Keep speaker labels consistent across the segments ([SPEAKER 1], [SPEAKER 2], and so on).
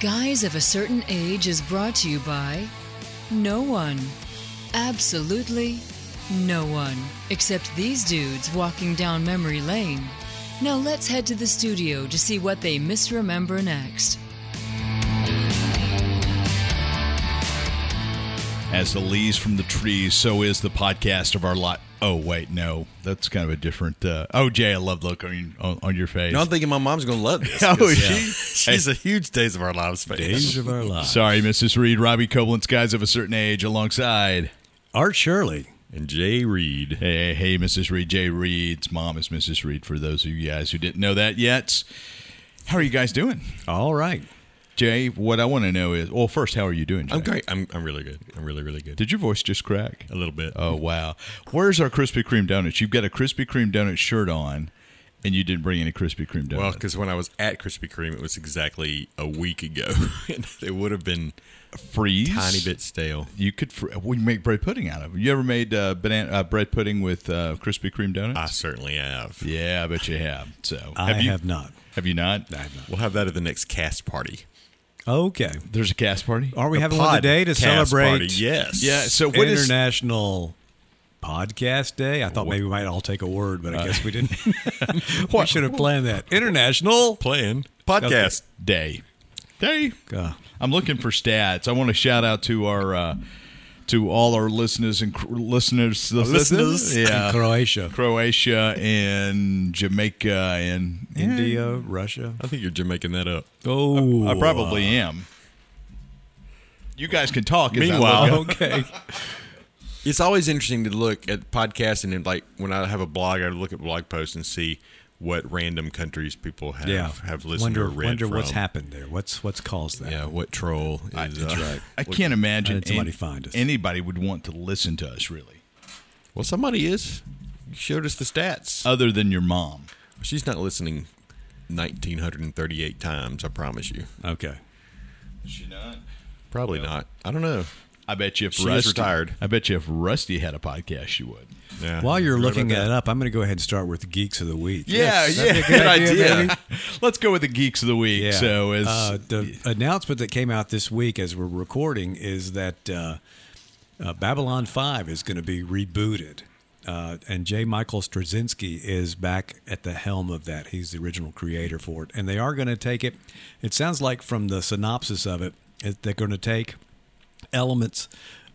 [SPEAKER 1] Guys of a Certain Age is brought to you by no one. Absolutely no one. Except these dudes walking down memory lane. Now let's head to the studio to see what they misremember next.
[SPEAKER 2] As the leaves from the trees, so is the podcast of our lot. Oh wait, no, that's kind of a different. Uh, oh, Jay, I love look on, on, on your face.
[SPEAKER 3] No, I'm thinking my mom's going to love this.
[SPEAKER 2] Oh,
[SPEAKER 3] because
[SPEAKER 2] she-
[SPEAKER 3] she's a huge Days of Our Lives fan.
[SPEAKER 4] Days of Our Lives.
[SPEAKER 2] Sorry, Mrs. Reed, Robbie Koblenz, guys of a certain age, alongside.
[SPEAKER 4] Art Shirley and Jay Reed.
[SPEAKER 2] Hey, hey, hey, Mrs. Reed, Jay Reed's mom is Mrs. Reed. For those of you guys who didn't know that yet, how are you guys doing?
[SPEAKER 4] All right.
[SPEAKER 2] Jay, what I want to know is, well, first, how are you doing? Jay?
[SPEAKER 3] I'm great. I'm, I'm really good. I'm really, really good.
[SPEAKER 2] Did your voice just crack?
[SPEAKER 3] A little bit.
[SPEAKER 2] Oh wow! Where's our Krispy Kreme donuts? You've got a Krispy Kreme donut shirt on, and you didn't bring any Krispy Kreme donuts.
[SPEAKER 3] well, because when I was at Krispy Kreme, it was exactly a week ago. and it would have been
[SPEAKER 2] freeze
[SPEAKER 3] tiny bit stale.
[SPEAKER 2] You could fr- uh, we can make bread pudding out of them. You ever made uh, banana uh, bread pudding with uh, Krispy Kreme donuts?
[SPEAKER 3] I certainly have.
[SPEAKER 2] yeah, I bet you have. So
[SPEAKER 4] I have,
[SPEAKER 2] you,
[SPEAKER 4] not.
[SPEAKER 2] Have you not?
[SPEAKER 4] I have not.
[SPEAKER 3] We'll have that at the next cast party.
[SPEAKER 4] Okay.
[SPEAKER 2] There's a cast party.
[SPEAKER 4] Are we
[SPEAKER 3] The
[SPEAKER 4] having one today to
[SPEAKER 3] podcast
[SPEAKER 4] celebrate
[SPEAKER 3] Party. Yes.
[SPEAKER 2] Yeah. So what is
[SPEAKER 4] International Podcast Day? I thought maybe we might all take a word, but I guess we didn't. we should have planned that. International.
[SPEAKER 3] Plan. Podcast.
[SPEAKER 2] day? Day.
[SPEAKER 4] God.
[SPEAKER 2] I'm looking for stats. I want to shout out to our uh, to all our listeners and cr- listeners,
[SPEAKER 3] Listeners.
[SPEAKER 2] yeah,
[SPEAKER 4] In Croatia,
[SPEAKER 2] Croatia and Jamaica and
[SPEAKER 4] India, Russia.
[SPEAKER 3] I think you're just making that up.
[SPEAKER 4] Oh,
[SPEAKER 2] I probably am. You guys can talk. as I look
[SPEAKER 3] Meanwhile-
[SPEAKER 2] up.
[SPEAKER 4] okay.
[SPEAKER 3] It's always interesting to look at podcasts and then, like when I have a blog, I look at blog posts and see what random countries people have
[SPEAKER 4] Yeah.
[SPEAKER 3] have listened
[SPEAKER 4] wonder
[SPEAKER 3] or read
[SPEAKER 4] wonder
[SPEAKER 3] from.
[SPEAKER 4] what's happened there. What's what's caused that?
[SPEAKER 3] Yeah, what troll is uh,
[SPEAKER 2] I can't imagine
[SPEAKER 4] How did somebody find us?
[SPEAKER 2] anybody would want to listen to us, really,
[SPEAKER 3] Well, somebody is. You showed us the stats.
[SPEAKER 4] Uh,
[SPEAKER 2] other than your mom.
[SPEAKER 3] She's not listening 1938 times, I promise you.
[SPEAKER 4] Okay.
[SPEAKER 2] She not.
[SPEAKER 3] Probably not. I don't know.
[SPEAKER 2] I bet you if
[SPEAKER 3] She's
[SPEAKER 2] Rusty,
[SPEAKER 3] retired.
[SPEAKER 2] I bet you if Rusty had a podcast, she would.
[SPEAKER 3] Yeah.
[SPEAKER 4] While you're
[SPEAKER 3] Right
[SPEAKER 4] looking
[SPEAKER 3] about
[SPEAKER 4] that up, I'm going to go ahead and start with the Geeks of the Week.
[SPEAKER 2] Yeah,
[SPEAKER 4] that'd be
[SPEAKER 2] yeah,
[SPEAKER 4] a good idea,
[SPEAKER 2] Let's go with the geeks of the week.
[SPEAKER 4] Yeah.
[SPEAKER 2] So as
[SPEAKER 4] uh, the announcement that came out this week as we're recording is that uh, uh, Babylon 5 is going to be rebooted. Uh, and J. Michael Straczynski is back at the helm of that. He's the original creator for it. And they are going to take it, it sounds like from the synopsis of it, it they're going to take elements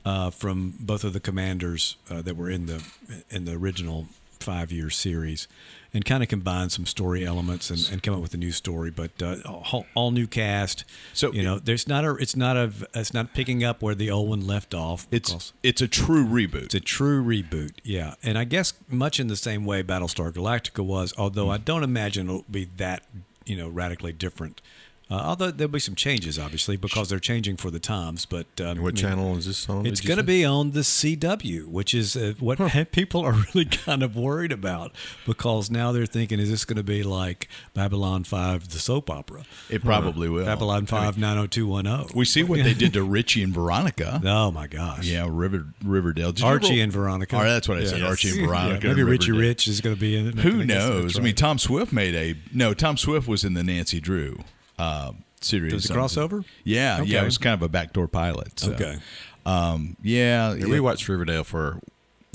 [SPEAKER 4] uh, from both of the commanders uh, that were in the in the original five year series, and kind of combine some story elements and, and come up with a new story. But uh, all, all new cast.
[SPEAKER 2] So-
[SPEAKER 4] So you know, there's not a it's not a it's not picking up where the old one left off.
[SPEAKER 2] it's
[SPEAKER 4] because
[SPEAKER 2] it's a true reboot.
[SPEAKER 4] it's a true reboot. Yeah, and I guess much in the same way Battlestar Galactica was, although I don't imagine it'll be that you know radically different. Uh, although there'll be some changes, obviously, because they're changing for the times. But
[SPEAKER 3] that. What
[SPEAKER 4] um, I mean,
[SPEAKER 3] channel is this on?
[SPEAKER 4] it's
[SPEAKER 3] did you
[SPEAKER 4] going to
[SPEAKER 3] say?
[SPEAKER 4] be on the CW, which is uh, what people are really kind of worried about because now they're thinking, is this going to be like Babylon 5, the soap opera?
[SPEAKER 2] It probably will.
[SPEAKER 4] Babylon oh 5, 90210.
[SPEAKER 2] Oh, We see what they did to Richie and Veronica.
[SPEAKER 4] Oh, my gosh.
[SPEAKER 2] Yeah, River Riverdale. Did you
[SPEAKER 4] Archie
[SPEAKER 2] ever-
[SPEAKER 4] and Veronica.
[SPEAKER 2] Oh, that's what I said.
[SPEAKER 3] Yes.
[SPEAKER 2] Archie and
[SPEAKER 3] Yeah,
[SPEAKER 2] Veronica.
[SPEAKER 4] Yeah, maybe
[SPEAKER 2] and
[SPEAKER 4] Richie
[SPEAKER 2] Riverdale.
[SPEAKER 4] Rich is going to be in it.
[SPEAKER 2] Who
[SPEAKER 4] I guess that's
[SPEAKER 2] knows? I
[SPEAKER 4] right.
[SPEAKER 2] mean, Tom Swift made a no. Tom Swift was in the Nancy Drew uh, series.
[SPEAKER 4] There was a
[SPEAKER 2] on-
[SPEAKER 4] crossover?
[SPEAKER 2] Yeah, yeah. It
[SPEAKER 4] Okay.
[SPEAKER 2] was kind of a backdoor pilot. so.
[SPEAKER 4] Okay.
[SPEAKER 2] Um, yeah.
[SPEAKER 3] Yeah,
[SPEAKER 2] yeah.
[SPEAKER 3] We watched Riverdale for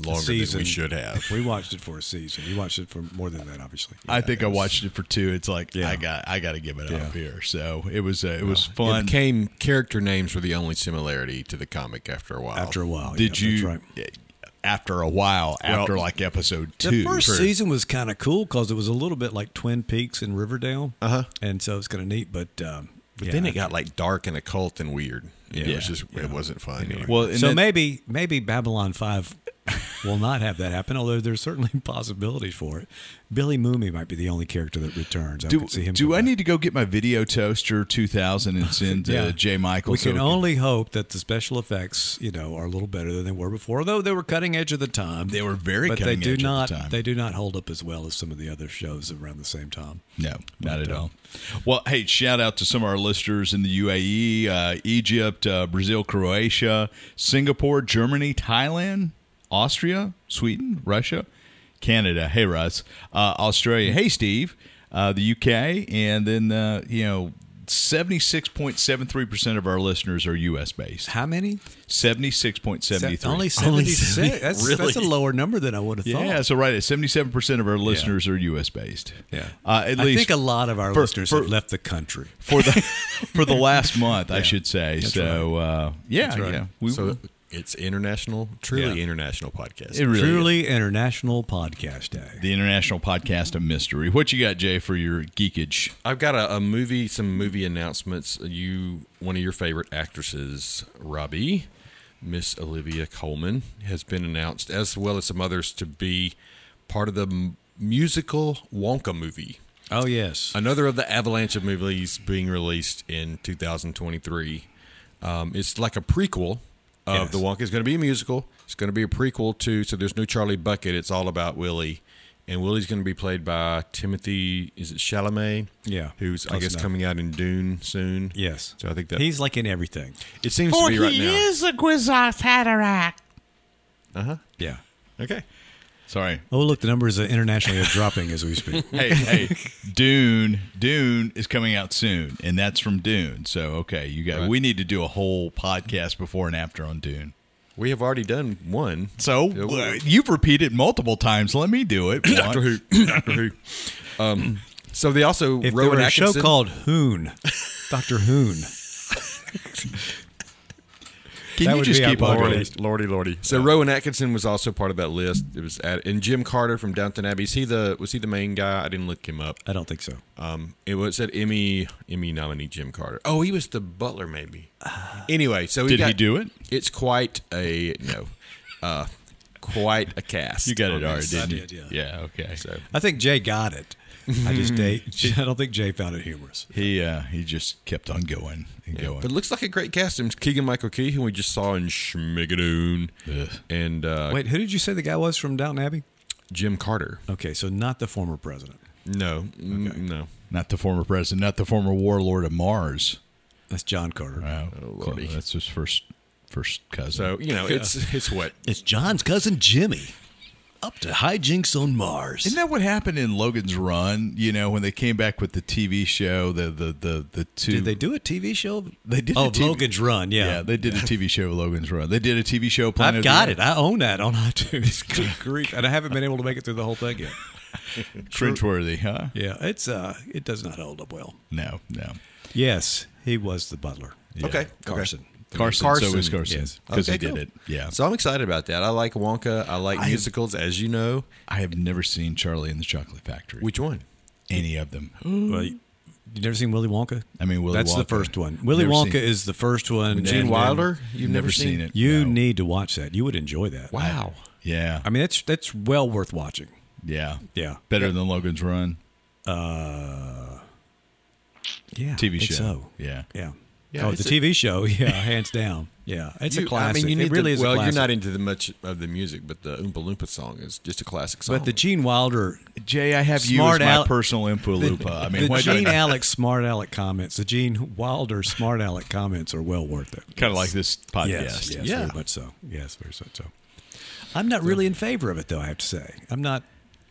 [SPEAKER 3] longer than
[SPEAKER 4] Season.
[SPEAKER 3] we should have.
[SPEAKER 4] we watched it for a season. You watched it for more than that, obviously.
[SPEAKER 2] I think I watched it for two. It's like
[SPEAKER 4] Yeah.
[SPEAKER 2] I got I got to give it
[SPEAKER 4] Yeah.
[SPEAKER 2] up here. So it was uh, it was
[SPEAKER 3] It
[SPEAKER 2] fun.
[SPEAKER 3] became character names were the only similarity to the comic after a while.
[SPEAKER 4] After a while.
[SPEAKER 2] Did
[SPEAKER 4] yeah, that's
[SPEAKER 2] you? eh,
[SPEAKER 4] right.
[SPEAKER 2] After a while, after like episode two,
[SPEAKER 4] The first
[SPEAKER 2] True.
[SPEAKER 4] season was kind of cool because it was a little bit like Twin Peaks and Riverdale, uh-huh. and so it's kind of neat. But um,
[SPEAKER 3] But
[SPEAKER 4] yeah.
[SPEAKER 3] then it got like dark and occult and weird. Yeah, it was
[SPEAKER 2] Yeah.
[SPEAKER 3] just it wasn't fun. anymore.
[SPEAKER 2] Well, and
[SPEAKER 4] so
[SPEAKER 2] then-
[SPEAKER 4] maybe maybe Babylon Five will not have that happen. Although there's certainly possibilities for it. Billy Mooney might be the only character that returns. I
[SPEAKER 2] do,
[SPEAKER 4] could see him
[SPEAKER 2] do
[SPEAKER 4] come
[SPEAKER 2] I
[SPEAKER 4] back.
[SPEAKER 2] need to go get my video toaster 2000 and send to
[SPEAKER 4] Yeah.
[SPEAKER 2] Jay Michael?
[SPEAKER 4] We
[SPEAKER 2] so
[SPEAKER 4] can
[SPEAKER 2] we
[SPEAKER 4] only hope that the special effects, you know, are a little better than they were before. Although they were cutting edge at the time,
[SPEAKER 2] They were very
[SPEAKER 4] but
[SPEAKER 2] cutting
[SPEAKER 4] they do
[SPEAKER 2] edge at the
[SPEAKER 4] not,
[SPEAKER 2] time.
[SPEAKER 4] They do not hold up as well as some of the other shows around the same time.
[SPEAKER 2] No, not at all. Well, hey, shout out to some of our listeners in the UAE, uh, Egypt, uh, Brazil, Croatia, Singapore, Germany, Thailand, Austria, Sweden, Russia, Canada. Hey, Russ. Uh, Australia. Hey, Steve. Uh, the UK, and then uh, you know 76.73% of our listeners are US based.
[SPEAKER 4] How many?
[SPEAKER 2] 76.73.
[SPEAKER 4] Se- Only
[SPEAKER 3] Only
[SPEAKER 4] 76.
[SPEAKER 3] seventy-
[SPEAKER 4] that's,
[SPEAKER 3] really?
[SPEAKER 4] that's a lower number than I would have thought.
[SPEAKER 2] yeah, so right at 77% of our listeners are US based.
[SPEAKER 4] Yeah.
[SPEAKER 2] Uh, at
[SPEAKER 4] I
[SPEAKER 2] least
[SPEAKER 4] think a lot of our
[SPEAKER 2] for-
[SPEAKER 4] listeners
[SPEAKER 2] for-
[SPEAKER 4] have left the country.
[SPEAKER 2] for the for the last month, I should say. so uh, yeah,
[SPEAKER 4] That's right.
[SPEAKER 2] yeah. We,
[SPEAKER 3] so it's international, truly
[SPEAKER 4] Yeah.
[SPEAKER 3] international podcast.
[SPEAKER 2] It really
[SPEAKER 4] Truly International Podcast Day.
[SPEAKER 2] the International Podcast of Mystery. What you got, Jay, for your geekage?
[SPEAKER 3] I've got a, a movie, some movie announcements. You, one of your favorite actresses, Robbie, Miss Olivia Coleman, has been announced, as well as some others, to be part of the m- musical Wonka movie.
[SPEAKER 4] Oh, yes.
[SPEAKER 3] Another of the avalanche of movies being released in 2023. Um, it's like a prequel of
[SPEAKER 4] Yes.
[SPEAKER 3] the Wonka. It's going to be a musical. It's going to be a prequel to. So there's no Charlie Bucket. It's all about Willie, and Willie's going to be played by Timothy. Is it Chalamet?
[SPEAKER 4] Yeah,
[SPEAKER 3] who's I
[SPEAKER 4] close
[SPEAKER 3] guess
[SPEAKER 4] enough.
[SPEAKER 3] coming out in Dune soon.
[SPEAKER 4] Yes.
[SPEAKER 3] So I think that
[SPEAKER 4] He's like in everything.
[SPEAKER 3] it seems to be right now.
[SPEAKER 5] a Guizos Haderach.
[SPEAKER 4] Yeah.
[SPEAKER 3] Okay.
[SPEAKER 2] Sorry.
[SPEAKER 4] Oh, look, the numbers are internationally are dropping as we speak.
[SPEAKER 2] Hey, hey, Dune, Dune is coming out soon, and that's from Dune. So okay, you got.
[SPEAKER 3] Right.
[SPEAKER 2] We need to do a whole podcast before and after on Dune.
[SPEAKER 3] We have already done one.
[SPEAKER 2] So
[SPEAKER 3] Yeah, we-
[SPEAKER 2] uh, you've repeated multiple times. Let me do it.
[SPEAKER 3] Doctor
[SPEAKER 2] once.
[SPEAKER 3] Who. Doctor Who. Um, so they also
[SPEAKER 4] If there
[SPEAKER 3] Rowan
[SPEAKER 4] were a
[SPEAKER 3] Atkinson.
[SPEAKER 4] show called Hoon, Dr. Hoon.
[SPEAKER 2] Can
[SPEAKER 4] That
[SPEAKER 2] you
[SPEAKER 4] would
[SPEAKER 2] just
[SPEAKER 4] be
[SPEAKER 2] keep on?
[SPEAKER 4] our
[SPEAKER 2] going?
[SPEAKER 4] podcast.
[SPEAKER 3] Lordy, lordy. So Rowan Atkinson was also part of that list. It was at, and Jim Carter from Downton Abbey. Is he the was he the main guy? I didn't look him up.
[SPEAKER 4] I don't think so.
[SPEAKER 3] Um, it was at Emmy Emmy nominee Jim Carter. Oh, he was the butler, maybe. Anyway, so we
[SPEAKER 2] Did
[SPEAKER 3] got,
[SPEAKER 2] he do it?
[SPEAKER 3] It's quite a no, uh, quite a cast.
[SPEAKER 2] You got
[SPEAKER 3] on
[SPEAKER 2] it, already,
[SPEAKER 3] this.
[SPEAKER 2] didn't
[SPEAKER 4] I
[SPEAKER 2] you?
[SPEAKER 4] did, yeah.
[SPEAKER 2] yeah. Okay.
[SPEAKER 3] So
[SPEAKER 4] I think Jay got it. I just Jay, I don't think Jay found it humorous.
[SPEAKER 2] He uh, he just kept on going and going.
[SPEAKER 3] But it looks like a great cast. It's Keegan Michael Key, who we just saw in Schmigadoon,
[SPEAKER 2] Ugh.
[SPEAKER 3] and uh,
[SPEAKER 4] Wait, who did you say the guy was from Downton Abbey?
[SPEAKER 3] Jim Carter.
[SPEAKER 4] Okay, so not the former president.
[SPEAKER 3] No, mm, no.
[SPEAKER 2] Not the former president, not the former warlord of Mars.
[SPEAKER 4] That's John Carter.
[SPEAKER 2] Wow,
[SPEAKER 3] Lordy.
[SPEAKER 2] that's his first first cousin.
[SPEAKER 3] So you know, it's it's what
[SPEAKER 4] It's John's cousin Jimmy, up to hijinks on Mars.
[SPEAKER 2] Isn't that what happened in Logan's Run? You know, when they came back with the TV show, the the the the two.
[SPEAKER 4] did they do a TV show?
[SPEAKER 2] They did.
[SPEAKER 4] Oh,
[SPEAKER 2] a TV
[SPEAKER 4] Logan's Run. Yeah,
[SPEAKER 2] yeah, they did a TV show, Logan's Run. They did a TV show. Planet
[SPEAKER 4] I've got it. I own that on iTunes. Good grief, and I haven't been able to make it through the whole thing yet.
[SPEAKER 2] it. Cringeworthy, huh?
[SPEAKER 4] Yeah, it's uh, it does not hold up well.
[SPEAKER 2] No, no.
[SPEAKER 4] Yes, he was the butler.
[SPEAKER 2] Yeah.
[SPEAKER 3] Okay.
[SPEAKER 4] Carson.
[SPEAKER 2] Carson. So
[SPEAKER 3] Carson,
[SPEAKER 2] it was Carson
[SPEAKER 4] yes.
[SPEAKER 2] because
[SPEAKER 3] Okay,
[SPEAKER 2] he
[SPEAKER 3] cool.
[SPEAKER 2] did it. Yeah.
[SPEAKER 3] So I'm excited about that. I like Wonka. I like musicals, as you know.
[SPEAKER 2] I have never seen Charlie and the Chocolate Factory.
[SPEAKER 3] Which one?
[SPEAKER 2] any of them?
[SPEAKER 4] Well, you you never seen Willy Wonka?
[SPEAKER 2] I mean, Willy
[SPEAKER 4] That's the
[SPEAKER 2] Wonka.
[SPEAKER 4] first one. Willy
[SPEAKER 2] Never
[SPEAKER 4] Wonka
[SPEAKER 2] seen-
[SPEAKER 4] is the first one.
[SPEAKER 3] Gene
[SPEAKER 4] and-
[SPEAKER 3] Wilder.
[SPEAKER 4] and
[SPEAKER 3] You've never, seen, it.
[SPEAKER 4] You
[SPEAKER 2] No.
[SPEAKER 4] need to watch that. You would enjoy that.
[SPEAKER 3] Wow.
[SPEAKER 2] Yeah.
[SPEAKER 4] I mean, that's that's well worth watching.
[SPEAKER 2] yeah.
[SPEAKER 4] Yeah.
[SPEAKER 2] Better than Logan's Run
[SPEAKER 4] Yeah.
[SPEAKER 2] TV
[SPEAKER 4] I think
[SPEAKER 2] show.
[SPEAKER 4] So.
[SPEAKER 2] Yeah.
[SPEAKER 4] Yeah.
[SPEAKER 3] Yeah,
[SPEAKER 4] oh,
[SPEAKER 3] it's
[SPEAKER 4] the
[SPEAKER 3] a-
[SPEAKER 4] TV show. Yeah, hands down. Yeah, it's a
[SPEAKER 3] You-
[SPEAKER 4] classic.
[SPEAKER 3] I mean, you need
[SPEAKER 4] it really
[SPEAKER 3] the-
[SPEAKER 4] is.
[SPEAKER 3] Well,
[SPEAKER 4] a classic.
[SPEAKER 3] you're not into the much of the music, but the Oompa Loompa song is just a classic song.
[SPEAKER 4] But the Gene Wilder,
[SPEAKER 2] Jay, I have you as
[SPEAKER 4] Smart
[SPEAKER 2] my
[SPEAKER 4] Al-
[SPEAKER 2] personal Impa Lupa. I mean,
[SPEAKER 4] the
[SPEAKER 2] why do I-
[SPEAKER 4] Gene Alec smart Alec comments, the Gene Wilder smart Alec comments are well worth it.
[SPEAKER 2] kind of like this podcast.
[SPEAKER 4] Yes, yes,
[SPEAKER 2] yeah.
[SPEAKER 4] very much so. Yes, very much so. I'm not really in favor of it, though. I have to say, I'm not.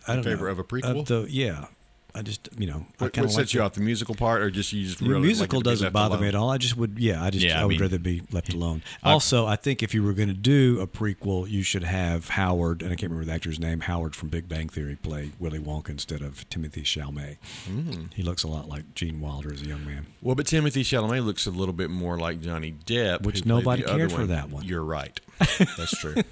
[SPEAKER 4] I don't
[SPEAKER 3] favor
[SPEAKER 4] know.
[SPEAKER 3] of a prequel?
[SPEAKER 4] the, yeah, I just you know, I
[SPEAKER 3] what,
[SPEAKER 4] kind
[SPEAKER 3] what
[SPEAKER 4] of
[SPEAKER 3] sets
[SPEAKER 4] like
[SPEAKER 3] you
[SPEAKER 4] the-
[SPEAKER 3] off? The musical part, or just you just
[SPEAKER 4] The
[SPEAKER 3] really like
[SPEAKER 4] musical
[SPEAKER 3] it to be
[SPEAKER 4] doesn't
[SPEAKER 3] left
[SPEAKER 4] bother
[SPEAKER 3] alone?
[SPEAKER 4] me at all. I just would, yeah, I just
[SPEAKER 2] Yeah, I
[SPEAKER 4] I, would
[SPEAKER 2] mean-
[SPEAKER 4] rather be left alone. also, I think if you were going to do a prequel, you should have Howard, and I can't remember the actor's name, Howard from Big Bang Theory, play Willy Wonka instead of Timothy Chalamet.
[SPEAKER 3] Mm.
[SPEAKER 4] He looks a lot like Gene Wilder as a young man.
[SPEAKER 3] Well, but Timothy Chalamet looks a little bit more like Johnny Depp,
[SPEAKER 4] Which
[SPEAKER 3] who played
[SPEAKER 4] nobody
[SPEAKER 3] the other
[SPEAKER 4] cared for that one.
[SPEAKER 3] You're right. That's true.
[SPEAKER 4] That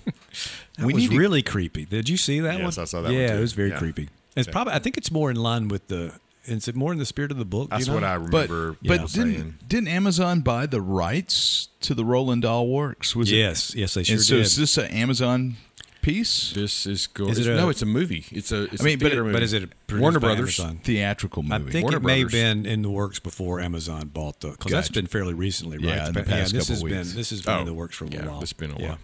[SPEAKER 2] We
[SPEAKER 4] was
[SPEAKER 2] need to-
[SPEAKER 4] really creepy. Did you see that
[SPEAKER 3] Yes,
[SPEAKER 4] one?
[SPEAKER 3] I saw that one,
[SPEAKER 4] Yeah,
[SPEAKER 3] too.
[SPEAKER 4] it was very
[SPEAKER 3] Yeah.
[SPEAKER 4] creepy. It's probably. I think it's more in line with the. Is it more in the spirit of the book? do you
[SPEAKER 3] That's
[SPEAKER 4] know?
[SPEAKER 3] what I
[SPEAKER 2] But
[SPEAKER 3] remember. people
[SPEAKER 2] but didn't
[SPEAKER 3] saying.
[SPEAKER 2] didn't Amazon buy the rights to the Roland Dahl works? Was
[SPEAKER 4] Yes, yes, they
[SPEAKER 2] it?
[SPEAKER 4] sure
[SPEAKER 2] and so
[SPEAKER 4] did.
[SPEAKER 2] is this an Amazon piece?
[SPEAKER 3] This is going.
[SPEAKER 4] Is it
[SPEAKER 3] no,
[SPEAKER 4] a-
[SPEAKER 3] it's a movie. It's a. It's
[SPEAKER 2] I mean,
[SPEAKER 3] a
[SPEAKER 2] but it-
[SPEAKER 3] theater movie.
[SPEAKER 4] but is it produced
[SPEAKER 3] Warner
[SPEAKER 4] by
[SPEAKER 3] Brothers?
[SPEAKER 4] Amazon?
[SPEAKER 2] Theatrical
[SPEAKER 4] I
[SPEAKER 2] movie.
[SPEAKER 4] think
[SPEAKER 3] Warner
[SPEAKER 4] it may
[SPEAKER 3] Brothers.
[SPEAKER 4] have been in the works before Amazon bought the because that's
[SPEAKER 2] Gotcha.
[SPEAKER 4] been fairly recently, right?
[SPEAKER 2] Yeah, in the
[SPEAKER 4] But,
[SPEAKER 2] past
[SPEAKER 4] this
[SPEAKER 2] couple
[SPEAKER 4] has
[SPEAKER 2] weeks.
[SPEAKER 4] been this has been
[SPEAKER 3] Oh,
[SPEAKER 4] in the works for a
[SPEAKER 3] yeah,
[SPEAKER 4] while.
[SPEAKER 3] it's been a
[SPEAKER 4] Yeah.
[SPEAKER 3] while.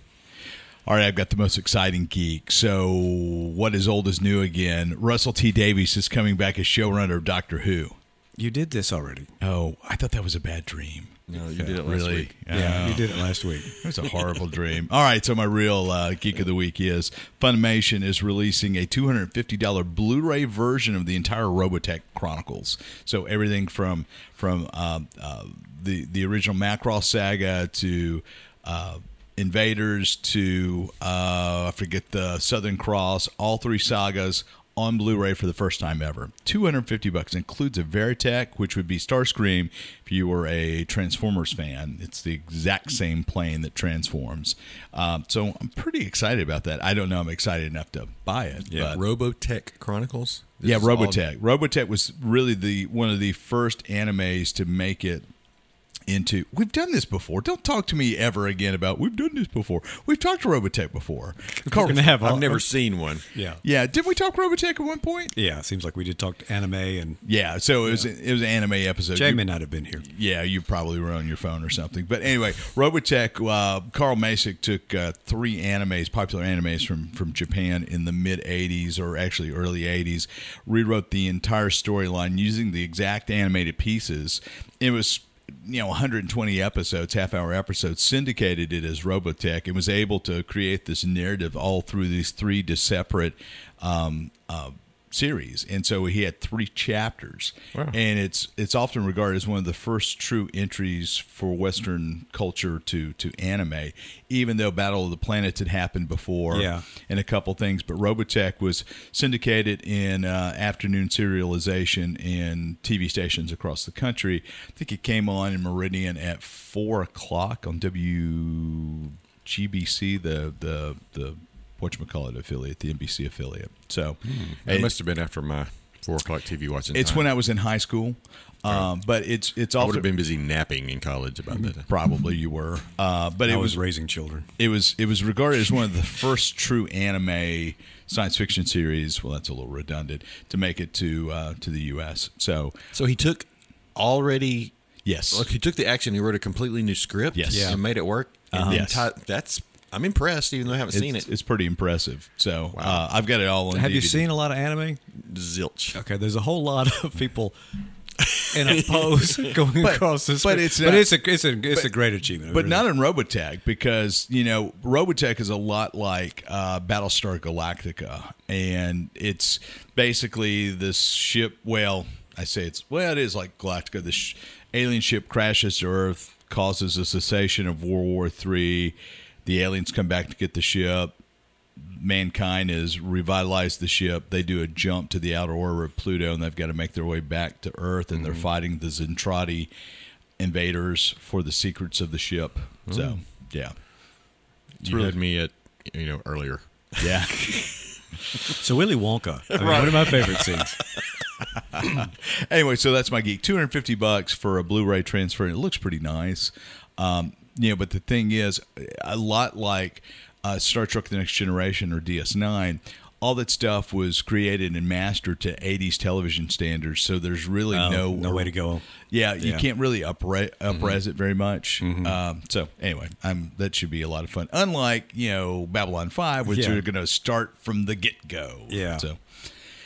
[SPEAKER 2] All right, I've got the most exciting geek. So, what is old is new again? Russell T Davies is coming back as showrunner of Doctor Who.
[SPEAKER 4] You did this already.
[SPEAKER 2] Oh, I thought that was a bad dream.
[SPEAKER 3] No, you did it last
[SPEAKER 2] really.
[SPEAKER 3] week.
[SPEAKER 2] Uh,
[SPEAKER 4] yeah, you did it last week.
[SPEAKER 2] It's a horrible dream. All right, so my real uh, geek of the week is Funimation is releasing a $250 Blu-ray version of the entire Robotech Chronicles. So everything from from uh, uh, the the original Macross saga to uh, Invaders to uh, I forget the Southern Cross, all three sagas on Blu-ray for the first time ever. 250 bucks includes a Veritech, which would be Starscream if you were a Transformers fan. It's the exact same plane that transforms. Um, so I'm pretty excited about that. I don't know I'm excited enough to buy it.
[SPEAKER 3] Yeah,
[SPEAKER 2] but-
[SPEAKER 3] Robotech Chronicles. This
[SPEAKER 2] yeah,
[SPEAKER 3] is all-
[SPEAKER 2] Robotech. Robotech was really the one of the first animes to make it into we've done this before. Don't talk to me ever again about we've done this before. We've talked to Robotech before. Carl-
[SPEAKER 4] gonna have all-
[SPEAKER 3] I've never seen one.
[SPEAKER 4] Yeah.
[SPEAKER 2] yeah, did we talk Robotech at one point?
[SPEAKER 4] Yeah, it seems like we did talk to anime, and
[SPEAKER 2] Yeah, so it was it was an anime episode.
[SPEAKER 4] Jay
[SPEAKER 2] You-
[SPEAKER 4] may not have been here.
[SPEAKER 2] yeah, you probably were on your phone or something. But anyway, Robotech, uh, Carl Masick took uh, three animes, popular animes from, from Japan in the mid 80s or actually early 80s, rewrote the entire storyline using the exact animated pieces. It was. You know, 120 episodes, half hour episodes, syndicated it as Robotech and was able to create this narrative all through these three dis- separate um, uh, series, and so he had three chapters, and it's it's often regarded as one of the first true entries for Western culture to to anime, even though Battle of the Planets had happened before,
[SPEAKER 4] Yeah.
[SPEAKER 2] and a couple things, but Robotech was syndicated in uh, afternoon serialization in TV stations across the country. I think it came on in Meridian at four o'clock on WGBC, the the the whatchamacallit affiliate, the NBC affiliate. So
[SPEAKER 3] It
[SPEAKER 2] it-
[SPEAKER 3] must have been after my four o'clock TV watching.
[SPEAKER 2] it's
[SPEAKER 3] time.
[SPEAKER 2] when I was in high school. Um, but it's it's
[SPEAKER 3] I would
[SPEAKER 2] often
[SPEAKER 3] have been busy napping in college about that.
[SPEAKER 2] probably you were. Uh, but
[SPEAKER 4] I
[SPEAKER 2] it was
[SPEAKER 4] was raising children.
[SPEAKER 2] it was it was regarded as one of the first true anime science fiction series. Well, that's a little redundant to make it to uh, to the U.S. So
[SPEAKER 3] So he took already.
[SPEAKER 2] yes,
[SPEAKER 3] Look, he took the action. He wrote a completely new script.
[SPEAKER 2] Yes. Yeah.
[SPEAKER 3] and made it work. And then
[SPEAKER 2] Yes.
[SPEAKER 3] ti- that's. I'm impressed, even though I haven't
[SPEAKER 2] it's,
[SPEAKER 3] seen it.
[SPEAKER 2] it's pretty impressive. So uh, I've got it all. On
[SPEAKER 4] Have you
[SPEAKER 2] DVD.
[SPEAKER 4] seen a lot of anime?
[SPEAKER 3] Zilch.
[SPEAKER 4] Okay, there's a whole lot of people in a pose going across this.
[SPEAKER 2] but
[SPEAKER 4] way.
[SPEAKER 2] it's
[SPEAKER 4] but
[SPEAKER 2] not-
[SPEAKER 4] it's a it's a it's a great achievement. It
[SPEAKER 2] But
[SPEAKER 4] really
[SPEAKER 2] not in Robotech because you know Robotech is a lot like uh, Battlestar Galactica, and it's basically this ship. Well, I say it's well, it is like Galactica. The sh- alien ship crashes to Earth, causes a cessation of World War Three. The aliens come back to get the ship mankind has revitalized the ship. They do a jump to the outer orbit of Pluto, and they've got to make their way back to Earth, and
[SPEAKER 4] Mm-hmm.
[SPEAKER 2] they're fighting the Zentradi invaders for the secrets of the ship.
[SPEAKER 4] Mm.
[SPEAKER 2] So, yeah,
[SPEAKER 3] You had me at you know earlier.
[SPEAKER 2] yeah.
[SPEAKER 4] So Willy Wonka, I mean, one of my favorite scenes.
[SPEAKER 2] anyway, so that's my geek. Two hundred fifty bucks for a Blu-ray transfer, and it looks pretty nice. Um, you know, but the thing is, a lot like uh, Star Trek: The Next Generation or DS9. All that stuff was created and mastered to 80s television standards, so there's really no
[SPEAKER 4] Oh, no way to go.
[SPEAKER 2] Yeah, you
[SPEAKER 4] Yeah. Mm-hmm.
[SPEAKER 2] can't really upre- upres it very much. Um, so anyway, I'm, that should be a lot of fun. Unlike you know Babylon Five, which
[SPEAKER 4] Yeah.
[SPEAKER 2] are going to start from the get go.
[SPEAKER 4] Yeah.
[SPEAKER 2] So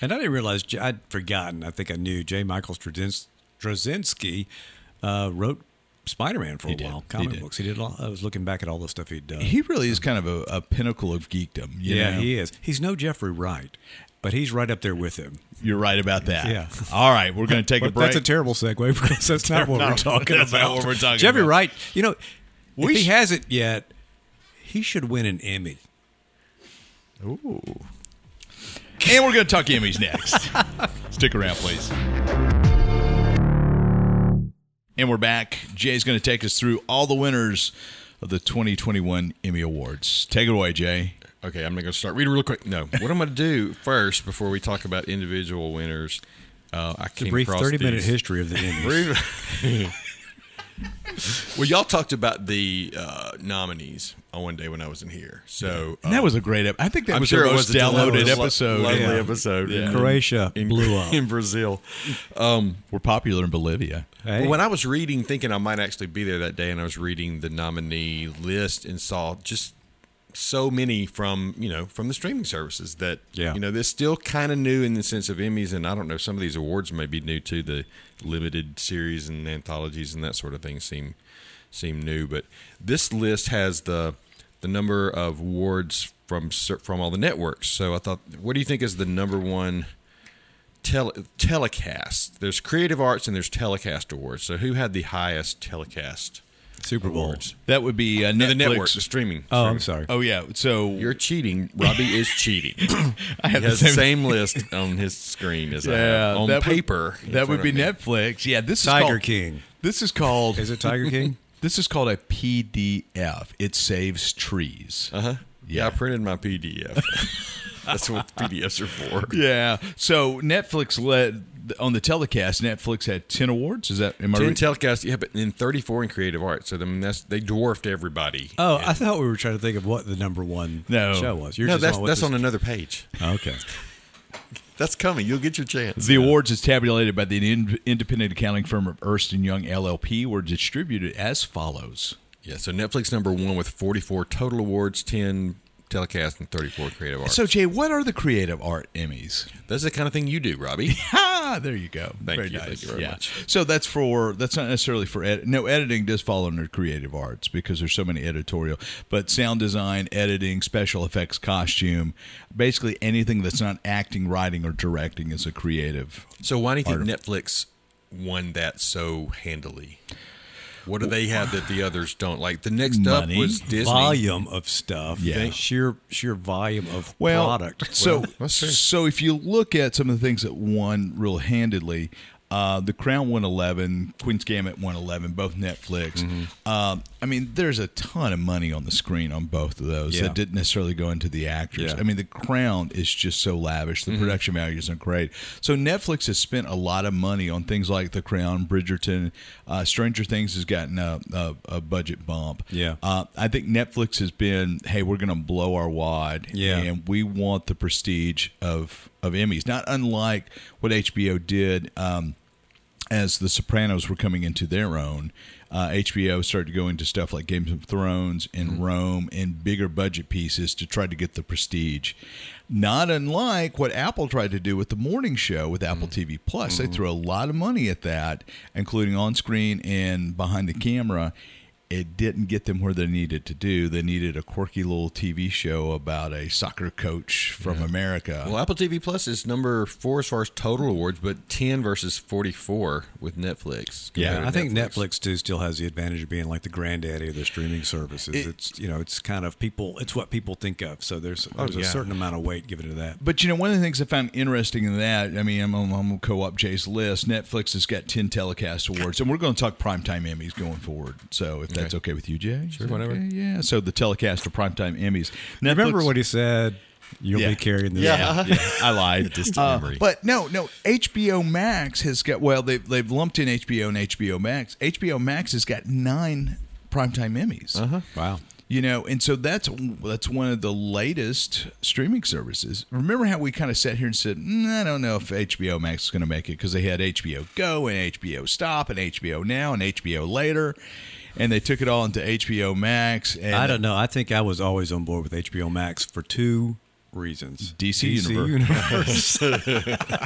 [SPEAKER 4] And I didn't realize J- I'd forgotten. I think I knew J. Michael Strazins- Straczynski uh, wrote Spider-Man for a
[SPEAKER 2] did.
[SPEAKER 4] while.
[SPEAKER 2] He
[SPEAKER 4] Comic
[SPEAKER 2] did.
[SPEAKER 4] books. He did. A lot. I was looking back at all the stuff he'd done.
[SPEAKER 2] he really is kind of a, a pinnacle of geekdom. you
[SPEAKER 4] yeah,
[SPEAKER 2] know?
[SPEAKER 4] he is. He's no Jeffrey Wright, but he's right up there with him.
[SPEAKER 2] You're right about that.
[SPEAKER 4] Yeah.
[SPEAKER 2] All right, we're going to take a
[SPEAKER 4] But
[SPEAKER 2] break.
[SPEAKER 4] that's a terrible segue because that's not what
[SPEAKER 2] No,
[SPEAKER 4] we're talking
[SPEAKER 2] that's not
[SPEAKER 4] about.
[SPEAKER 2] what we're talking
[SPEAKER 4] Jeffrey
[SPEAKER 2] about.
[SPEAKER 4] Wright, you know,
[SPEAKER 2] We
[SPEAKER 4] if
[SPEAKER 2] sh-
[SPEAKER 4] he hasn't yet, he should win an Emmy.
[SPEAKER 2] and we're going to talk Emmys next. Stick around, please. And we're back. Jay's going to take us through all the winners of the 2021 Emmy Awards. Take it away, Jay.
[SPEAKER 3] Okay, I'm going to start reading real quick. No, what I'm going to do first before we talk about individual winners, uh, I came
[SPEAKER 4] Brief
[SPEAKER 3] across
[SPEAKER 4] thirty-minute
[SPEAKER 3] these-
[SPEAKER 4] history of the Emmy.
[SPEAKER 3] Brief- well, y'all talked about the uh, nominees on one day when I was in here, so uh,
[SPEAKER 2] And that was a great episode. I think that
[SPEAKER 3] I'm
[SPEAKER 2] was
[SPEAKER 3] sure
[SPEAKER 2] the
[SPEAKER 3] it
[SPEAKER 2] most
[SPEAKER 3] was a
[SPEAKER 2] downloaded
[SPEAKER 3] lo-
[SPEAKER 2] episode.
[SPEAKER 3] lovely
[SPEAKER 2] Yeah.
[SPEAKER 3] episode.
[SPEAKER 2] Yeah.
[SPEAKER 3] in-
[SPEAKER 4] Croatia
[SPEAKER 3] uh, in,
[SPEAKER 4] blew up.
[SPEAKER 3] in Brazil.
[SPEAKER 2] We're popular in Bolivia.
[SPEAKER 4] Hey.
[SPEAKER 3] But when I was reading, thinking I might actually be there that day, and I was reading the nominee list and saw just so many from you know from the streaming services that
[SPEAKER 4] Yeah.
[SPEAKER 3] you know they're still kind of new in the sense of Emmys and I don't know some of these awards may be new too the limited series and anthologies and that sort of thing seem seem new but this list has the the number of awards from cer- from all the networks so I thought what do you think is the number one tele- telecast there's creative arts and there's telecast awards so who had the highest telecast
[SPEAKER 4] Super Bowl.
[SPEAKER 3] awards
[SPEAKER 2] That would be uh, Netflix.
[SPEAKER 3] no, the network the streaming
[SPEAKER 4] Oh, I'm sorry.
[SPEAKER 2] Oh yeah. So
[SPEAKER 3] you're cheating. Robbie is cheating.
[SPEAKER 2] I
[SPEAKER 3] He
[SPEAKER 2] have
[SPEAKER 3] has the same list on his screen as I have on
[SPEAKER 2] that would-
[SPEAKER 3] paper. in
[SPEAKER 2] that would
[SPEAKER 3] front
[SPEAKER 2] be
[SPEAKER 3] of me.
[SPEAKER 2] Netflix. Yeah, this
[SPEAKER 4] Tiger
[SPEAKER 2] is called,
[SPEAKER 4] King.
[SPEAKER 2] This is called.
[SPEAKER 4] Is it Tiger King?
[SPEAKER 2] This is called a PDF. It saves trees.
[SPEAKER 3] Uh-huh. Yeah, I printed my PDF. That's what PDFs are for.
[SPEAKER 2] Yeah. So Netflix led on the telecast. Netflix had ten awards. Is that am I
[SPEAKER 3] Ten
[SPEAKER 2] right?
[SPEAKER 3] telecast, yeah, but in 34 in creative arts. So I mean, that's they dwarfed everybody.
[SPEAKER 2] Uh,
[SPEAKER 4] Oh, I thought we were trying to think of what the number one
[SPEAKER 2] No.
[SPEAKER 4] show was. You're
[SPEAKER 3] no,
[SPEAKER 4] just
[SPEAKER 3] that's
[SPEAKER 4] on what
[SPEAKER 3] that's
[SPEAKER 4] this-
[SPEAKER 3] on another page.
[SPEAKER 4] okay.
[SPEAKER 3] That's coming. You'll get your chance.
[SPEAKER 2] The awards is tabulated by the in- independent accounting firm of Ernst and Young LLP. Were distributed as follows.
[SPEAKER 3] yeah. So Netflix number one with 44 total awards, 10 telecast, and 34 creative arts.
[SPEAKER 2] So Jay, what are the creative art Emmys?
[SPEAKER 3] that's the kind of thing you do, Robbie.
[SPEAKER 2] Ah, there you go.
[SPEAKER 3] Thank you. Thank you very
[SPEAKER 2] yeah.
[SPEAKER 3] much.
[SPEAKER 2] So that's for that's not necessarily for edit. No, editing does fall under creative arts because there's so many editorial, but sound design, editing, special effects, costume, basically anything that's not acting, writing, or directing is a creative.
[SPEAKER 3] So why do you think Netflix won that so handily? What do they have that the others don't? Like the next
[SPEAKER 2] Money.
[SPEAKER 3] up was Disney.
[SPEAKER 4] Volume of stuff.
[SPEAKER 2] Yeah.
[SPEAKER 4] Sheer sheer volume of
[SPEAKER 2] Well,
[SPEAKER 4] product.
[SPEAKER 2] So
[SPEAKER 3] that's true.
[SPEAKER 2] so if you look at some of the things that won real handedly. Uh, the Crown 111, Queen's Gambit 111, both Netflix.
[SPEAKER 4] Mm-hmm.
[SPEAKER 2] Um, I mean, there's a ton of money on the screen on both of those
[SPEAKER 4] Yeah.
[SPEAKER 2] that didn't necessarily go into the actors.
[SPEAKER 4] Yeah. Mm-hmm.
[SPEAKER 2] I mean, The Crown is just so lavish. The production values are great. So Netflix has spent a lot of money on things like The Crown, Bridgerton. Uh, Stranger Things has gotten a, a, a budget bump.
[SPEAKER 4] Yeah.
[SPEAKER 2] Uh, I think Netflix has been, hey, we're going to blow our wad
[SPEAKER 4] Yeah.
[SPEAKER 2] and we want the prestige of of Emmys, not unlike what HBO did um, as The Sopranos were coming into their own. Uh, HBO started to go into stuff like Games of Thrones and Rome and bigger budget pieces to try to get the prestige. Not unlike what Apple tried to do with the morning show with Apple TV Plus. They threw a lot of money at that, including on screen and behind the camera it didn't get them where they needed to do. They needed a quirky little TV show about a soccer coach from America.
[SPEAKER 3] Well, Apple TV Plus is number four as far as total awards, but ten versus forty-four with Netflix. compared
[SPEAKER 4] yeah,
[SPEAKER 3] to
[SPEAKER 4] I think Netflix too still has the advantage of being like the granddaddy of the streaming services. it's you know, it's kind of people. It's what people think of. So there's
[SPEAKER 2] Oh,
[SPEAKER 4] there's a
[SPEAKER 3] yeah.
[SPEAKER 4] certain amount of weight given to that.
[SPEAKER 2] but you know, one of the things I found interesting in that, I mean, I'm, I'm going to co op Jay's list. Netflix has got 10 telecast awards, and we're going to talk primetime Emmys going forward. So if that's okay with you, Jay. Sure,
[SPEAKER 3] whatever.
[SPEAKER 2] yeah. So the telecast or primetime Emmys.
[SPEAKER 4] Remember
[SPEAKER 2] Netflix-
[SPEAKER 4] what he said? You'll
[SPEAKER 2] Yeah.
[SPEAKER 4] be carrying this.
[SPEAKER 3] Yeah.
[SPEAKER 2] Yeah, yeah, I lied.
[SPEAKER 3] Distant memory.
[SPEAKER 2] But no, no. HBO Max has got well. They've they've lumped in HBO and HBO Max. HBO Max has got nine primetime Emmys. Uh-huh.
[SPEAKER 4] Wow.
[SPEAKER 2] You know, and so that's that's one of the latest streaming services. Remember how we kind of sat here and said, "Mm, I don't know if HBO Max is going to make it because they had HBO Go and HBO Stop and HBO Now and HBO Later, and they took it all into HBO Max. And
[SPEAKER 4] I don't know. I think I was always on board with HBO Max for two reasons.
[SPEAKER 2] DC Universe.
[SPEAKER 4] Universe.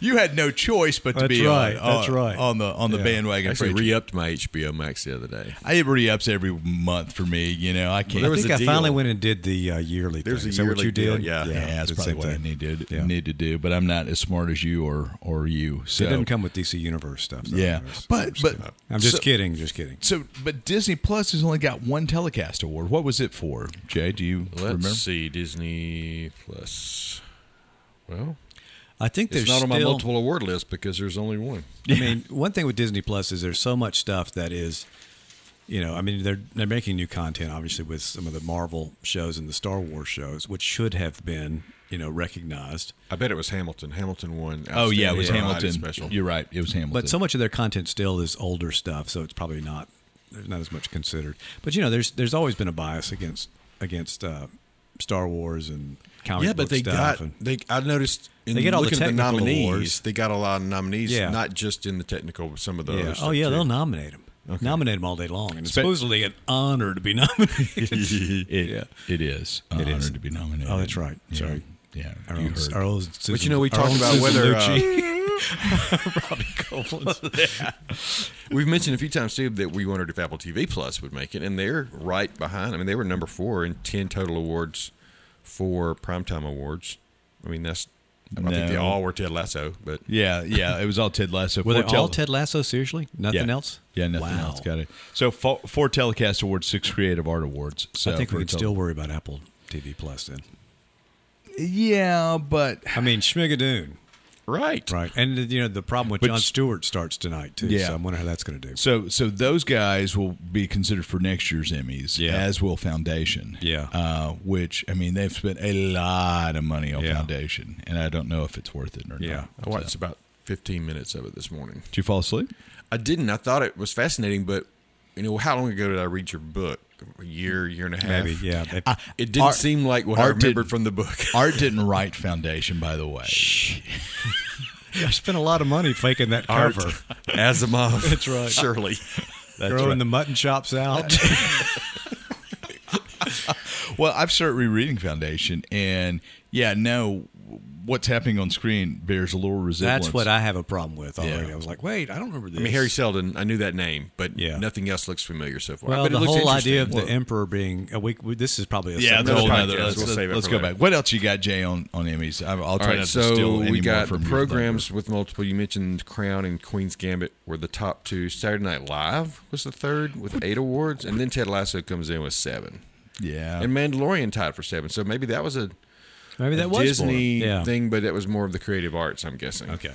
[SPEAKER 2] You had no choice but to
[SPEAKER 4] That's
[SPEAKER 2] be
[SPEAKER 4] right,
[SPEAKER 2] on,
[SPEAKER 4] that's right.
[SPEAKER 2] on the on the bandwagon.
[SPEAKER 3] I
[SPEAKER 2] for
[SPEAKER 3] actually
[SPEAKER 2] HBO.
[SPEAKER 3] re-upped my HBO Max the other day.
[SPEAKER 2] I it re-ups every month for me. You know, I can't.
[SPEAKER 3] There
[SPEAKER 4] I
[SPEAKER 3] was
[SPEAKER 4] think
[SPEAKER 3] a
[SPEAKER 4] I finally
[SPEAKER 3] deal.
[SPEAKER 4] went and did the uh, yearly
[SPEAKER 3] There's
[SPEAKER 4] thing.
[SPEAKER 3] a
[SPEAKER 4] Is that what
[SPEAKER 3] yearly
[SPEAKER 4] you
[SPEAKER 3] deal,
[SPEAKER 4] did?
[SPEAKER 3] yeah.
[SPEAKER 2] yeah, that's
[SPEAKER 4] the
[SPEAKER 2] probably
[SPEAKER 4] same
[SPEAKER 2] what I
[SPEAKER 4] thing.
[SPEAKER 2] needed
[SPEAKER 4] Yeah.
[SPEAKER 2] need to do. But I'm not as smart as you or or you. So
[SPEAKER 4] It doesn't come with DC Universe stuff. though.
[SPEAKER 2] yeah,
[SPEAKER 4] There's-
[SPEAKER 2] but but
[SPEAKER 4] I'm just
[SPEAKER 2] so,
[SPEAKER 4] kidding. Just kidding.
[SPEAKER 2] So, but Disney Plus has only got one telecast award. What was it for, Jay? Do you
[SPEAKER 3] Let's
[SPEAKER 2] remember?
[SPEAKER 3] see, Disney Plus. Well,
[SPEAKER 4] I think
[SPEAKER 3] it's
[SPEAKER 4] there's
[SPEAKER 3] not on my
[SPEAKER 4] still-
[SPEAKER 3] multiple award list because there's only one.
[SPEAKER 4] I mean, one thing with Disney Plus is there's so much stuff that is, you know, I mean, they're they're making new content obviously with some of the Marvel shows and the Star Wars shows, which should have been you know recognized.
[SPEAKER 3] I bet it was Hamilton. Hamilton won.
[SPEAKER 2] Oh yeah, it was
[SPEAKER 3] Outstanding Variety
[SPEAKER 2] Hamilton.
[SPEAKER 3] Special.
[SPEAKER 2] You're right, it was Hamilton.
[SPEAKER 4] But so much of their content still is older stuff, so it's probably not there's not as much considered. But you know, there's there's always been a bias against against uh, Star Wars and comic
[SPEAKER 3] yeah, but
[SPEAKER 4] book
[SPEAKER 3] they
[SPEAKER 4] stuff
[SPEAKER 3] got
[SPEAKER 4] and-
[SPEAKER 3] they. I noticed in
[SPEAKER 4] They get all the
[SPEAKER 3] looking at the
[SPEAKER 4] technical
[SPEAKER 3] nominees,
[SPEAKER 4] awards.
[SPEAKER 3] they got a lot of nominees.
[SPEAKER 4] Yeah.
[SPEAKER 3] not just in the technical, but some of the
[SPEAKER 4] yeah.
[SPEAKER 3] others.
[SPEAKER 4] oh yeah, they'll nominate them. Nominate them all day long, and it's supposedly an honor to be nominated.
[SPEAKER 2] It,
[SPEAKER 4] Yeah.
[SPEAKER 2] it is.
[SPEAKER 4] It
[SPEAKER 2] It
[SPEAKER 4] is.
[SPEAKER 2] is to be nominated.
[SPEAKER 4] Oh, that's right.
[SPEAKER 2] Yeah.
[SPEAKER 4] Sorry.
[SPEAKER 2] Yeah,
[SPEAKER 4] Our
[SPEAKER 2] you
[SPEAKER 4] own-
[SPEAKER 2] heard.
[SPEAKER 4] our own Susan-
[SPEAKER 3] But you know, we
[SPEAKER 4] our
[SPEAKER 3] talked
[SPEAKER 4] own
[SPEAKER 3] about
[SPEAKER 4] Susan
[SPEAKER 3] whether, uh,
[SPEAKER 4] Lucci. Robbie Copeland.
[SPEAKER 3] We've mentioned a few times too that we wondered if Apple TV Plus would make it, and they're right behind. I mean, they were number four in ten total awards for primetime awards. I mean, that's I think they
[SPEAKER 2] No.
[SPEAKER 3] all were Ted Lasso, but
[SPEAKER 2] yeah, yeah. It was all Ted Lasso.
[SPEAKER 4] Were they
[SPEAKER 2] Four tele-
[SPEAKER 4] all Ted Lasso? Seriously, nothing
[SPEAKER 2] yeah.
[SPEAKER 4] else?
[SPEAKER 2] Yeah, nothing
[SPEAKER 4] Wow.
[SPEAKER 2] else. Got it. So four, four Telecast awards, six Creative Art awards. So
[SPEAKER 4] I think
[SPEAKER 2] for
[SPEAKER 4] we can
[SPEAKER 2] tel-
[SPEAKER 4] still worry about Apple TV Plus then.
[SPEAKER 2] Yeah, but
[SPEAKER 4] I mean, Schmigadoon.
[SPEAKER 3] right,
[SPEAKER 4] Right. And, you know, the problem with
[SPEAKER 2] But
[SPEAKER 4] John
[SPEAKER 2] s-
[SPEAKER 4] Stewart starts tonight, too.
[SPEAKER 2] Yeah.
[SPEAKER 4] So I wonder how that's going to do.
[SPEAKER 2] So, so those guys will be considered for next year's Emmys,
[SPEAKER 4] Yeah.
[SPEAKER 2] as will Foundation.
[SPEAKER 4] Yeah.
[SPEAKER 2] Uh, which I mean, they've spent a lot of money on
[SPEAKER 4] Yeah.
[SPEAKER 2] Foundation, and I don't know if it's worth it or
[SPEAKER 4] Yeah.
[SPEAKER 2] not.
[SPEAKER 3] I watched about fifteen minutes of it this morning.
[SPEAKER 2] Did you fall asleep?
[SPEAKER 3] I didn't. I thought it was fascinating, but you know, how long ago did I read your book? A year, year and a half.
[SPEAKER 4] Maybe, yeah. They-
[SPEAKER 3] It didn't
[SPEAKER 2] Art-
[SPEAKER 3] seem like what I
[SPEAKER 2] Art
[SPEAKER 3] remembered
[SPEAKER 2] didn't.
[SPEAKER 3] from the book.
[SPEAKER 2] Art didn't write Foundation, by the way.
[SPEAKER 4] I spent a lot of money faking that cover,
[SPEAKER 3] Asimov.
[SPEAKER 4] That's right.
[SPEAKER 3] Surely.
[SPEAKER 4] throwing the mutton chops out.
[SPEAKER 2] Well, I've started rereading Foundation, and yeah, no, what's happening on screen bears a little resemblance.
[SPEAKER 4] That's what I have a problem with already.
[SPEAKER 2] Yeah.
[SPEAKER 4] I was like, wait, I don't remember this.
[SPEAKER 3] I mean, Harry Seldon, I knew that name, but
[SPEAKER 4] Yeah.
[SPEAKER 3] nothing else looks familiar so far.
[SPEAKER 4] well,
[SPEAKER 3] but it
[SPEAKER 4] the
[SPEAKER 3] looks
[SPEAKER 4] whole idea of
[SPEAKER 3] interesting.
[SPEAKER 4] the emperor being a week. This is probably a
[SPEAKER 2] Yeah,
[SPEAKER 4] separate
[SPEAKER 2] that's
[SPEAKER 3] another
[SPEAKER 2] whole
[SPEAKER 4] topic.
[SPEAKER 2] nother-
[SPEAKER 3] podcast.
[SPEAKER 2] Let's,
[SPEAKER 3] We'll
[SPEAKER 2] let's,
[SPEAKER 3] save it
[SPEAKER 2] let's
[SPEAKER 3] for
[SPEAKER 2] go
[SPEAKER 3] later.
[SPEAKER 2] back. What else you got, Jay, on on Emmys? I'll, I'll try
[SPEAKER 3] All right,
[SPEAKER 2] not
[SPEAKER 3] so
[SPEAKER 2] to steal any
[SPEAKER 3] we
[SPEAKER 2] more
[SPEAKER 3] got
[SPEAKER 2] from
[SPEAKER 3] the
[SPEAKER 2] your thunder.
[SPEAKER 3] programs with multiple. You mentioned Crown and Queen's Gambit were the top two. Saturday Night Live was the third with eight awards, and then Ted Lasso comes in with seven,
[SPEAKER 2] Yeah,
[SPEAKER 3] and Mandalorian tied for seven. So maybe that was a
[SPEAKER 4] Maybe that was more-
[SPEAKER 3] Disney
[SPEAKER 4] yeah.
[SPEAKER 3] thing, but that was more of the creative arts. I'm guessing.
[SPEAKER 4] Okay.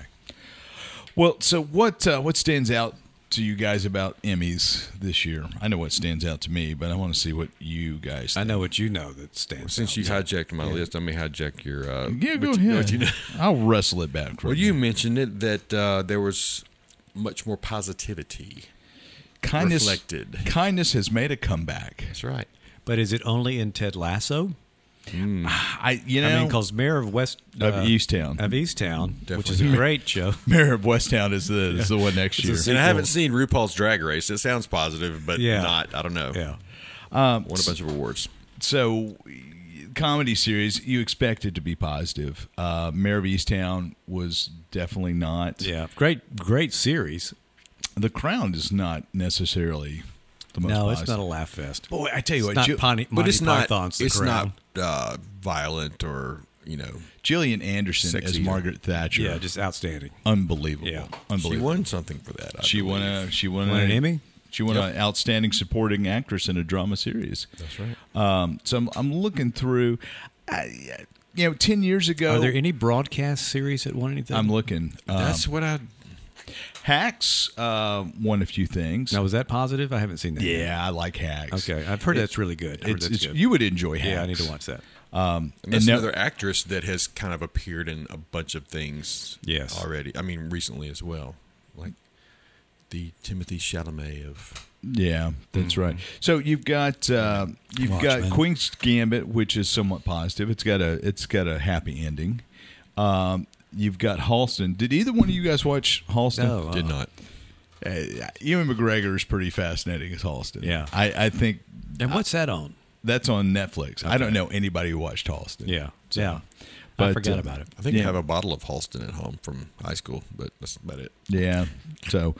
[SPEAKER 2] Well, so what uh, what stands out to you guys about Emmys this year? I know what stands out to me, but I want to see what you guys.
[SPEAKER 4] I know what you know that stands
[SPEAKER 3] Since
[SPEAKER 4] out.
[SPEAKER 3] you hijacked my list, let me hijack your. Uh,
[SPEAKER 2] yeah, go
[SPEAKER 3] what you- what
[SPEAKER 2] ahead.
[SPEAKER 3] you know.
[SPEAKER 2] I'll wrestle it back.
[SPEAKER 3] Well, you mentioned it that uh, there was much more positivity.
[SPEAKER 2] kindness
[SPEAKER 3] reflected.
[SPEAKER 2] kindness has made a comeback.
[SPEAKER 3] That's right.
[SPEAKER 4] But is it only in Ted Lasso?
[SPEAKER 2] I you know
[SPEAKER 4] I mean, because Mayor of West uh,
[SPEAKER 2] Of Easttown.
[SPEAKER 4] of Easttown, which is a
[SPEAKER 3] Definitely.
[SPEAKER 4] great show.
[SPEAKER 2] Mayor of Westtown is the is the one next year.
[SPEAKER 3] And I haven't seen RuPaul's Drag Race. It sounds positive, but
[SPEAKER 4] Yeah.
[SPEAKER 3] not. I don't know.
[SPEAKER 4] Yeah.
[SPEAKER 3] Won a bunch of awards.
[SPEAKER 2] so comedy series you expect it to be positive. Uh, Mayor of Easttown was definitely not.
[SPEAKER 4] Yeah. Great, great series.
[SPEAKER 2] The Crown is not necessarily the most.
[SPEAKER 4] No, it's
[SPEAKER 2] positive.
[SPEAKER 4] not a laugh fest.
[SPEAKER 2] Boy, I tell you
[SPEAKER 4] It's
[SPEAKER 2] what,
[SPEAKER 4] not
[SPEAKER 2] Jill-
[SPEAKER 4] Pony-
[SPEAKER 3] but
[SPEAKER 4] Monty
[SPEAKER 3] it's not.
[SPEAKER 4] Python's The
[SPEAKER 3] it's
[SPEAKER 4] Crown.
[SPEAKER 3] not uh, violent or you know.
[SPEAKER 2] Jillian Anderson as
[SPEAKER 3] Sexy.
[SPEAKER 2] Margaret Thatcher.
[SPEAKER 4] Yeah, just outstanding.
[SPEAKER 2] unbelievable.
[SPEAKER 4] Yeah.
[SPEAKER 2] Unbelievable.
[SPEAKER 3] She won something for that. I
[SPEAKER 2] She won
[SPEAKER 3] believe.
[SPEAKER 2] a she won,
[SPEAKER 4] Won
[SPEAKER 2] a-
[SPEAKER 4] an Emmy?
[SPEAKER 2] She won an outstanding supporting actress in a drama series. That's right. Um, so I'm, I'm looking through. I, you know, ten years ago,
[SPEAKER 4] Are there any broadcast series that won anything?
[SPEAKER 2] I'm looking. Um,
[SPEAKER 3] That's what I.
[SPEAKER 2] Hacks uh, won a few things.
[SPEAKER 4] now, was that positive? I haven't seen that. yet.
[SPEAKER 2] Yeah, I like Hacks.
[SPEAKER 4] Okay. I've heard that's really good. I've heard
[SPEAKER 2] It's,
[SPEAKER 4] that's
[SPEAKER 2] it's,
[SPEAKER 4] good.
[SPEAKER 2] you would enjoy Hacks.
[SPEAKER 4] yeah, I need to watch that.
[SPEAKER 3] And that's
[SPEAKER 2] And now-
[SPEAKER 3] another actress that has kind of appeared in a bunch of things.
[SPEAKER 4] Yes.
[SPEAKER 3] Already. I mean, recently as well. Like the Timothy Chalamet of.
[SPEAKER 2] Yeah, that's right. So you've got uh, you've
[SPEAKER 4] Mm-hmm. Watchmen.
[SPEAKER 2] got Queen's Gambit, which is somewhat positive. It's got a it's got a happy ending. Um, you've got Halston. Did either one of you guys watch Halston?
[SPEAKER 4] No, uh-uh.
[SPEAKER 3] Did not.
[SPEAKER 2] Uh, Ewan McGregor is pretty fascinating as Halston.
[SPEAKER 4] Yeah.
[SPEAKER 2] I, I think
[SPEAKER 4] And what's that on?
[SPEAKER 2] that's on Netflix. I don't know anybody who watched Halston. So,
[SPEAKER 4] Yeah. I
[SPEAKER 2] but,
[SPEAKER 4] forgot
[SPEAKER 2] uh,
[SPEAKER 4] about it.
[SPEAKER 3] I think
[SPEAKER 2] Yeah.
[SPEAKER 3] I have a bottle of Halston at home from high school, but that's about it.
[SPEAKER 2] Yeah. So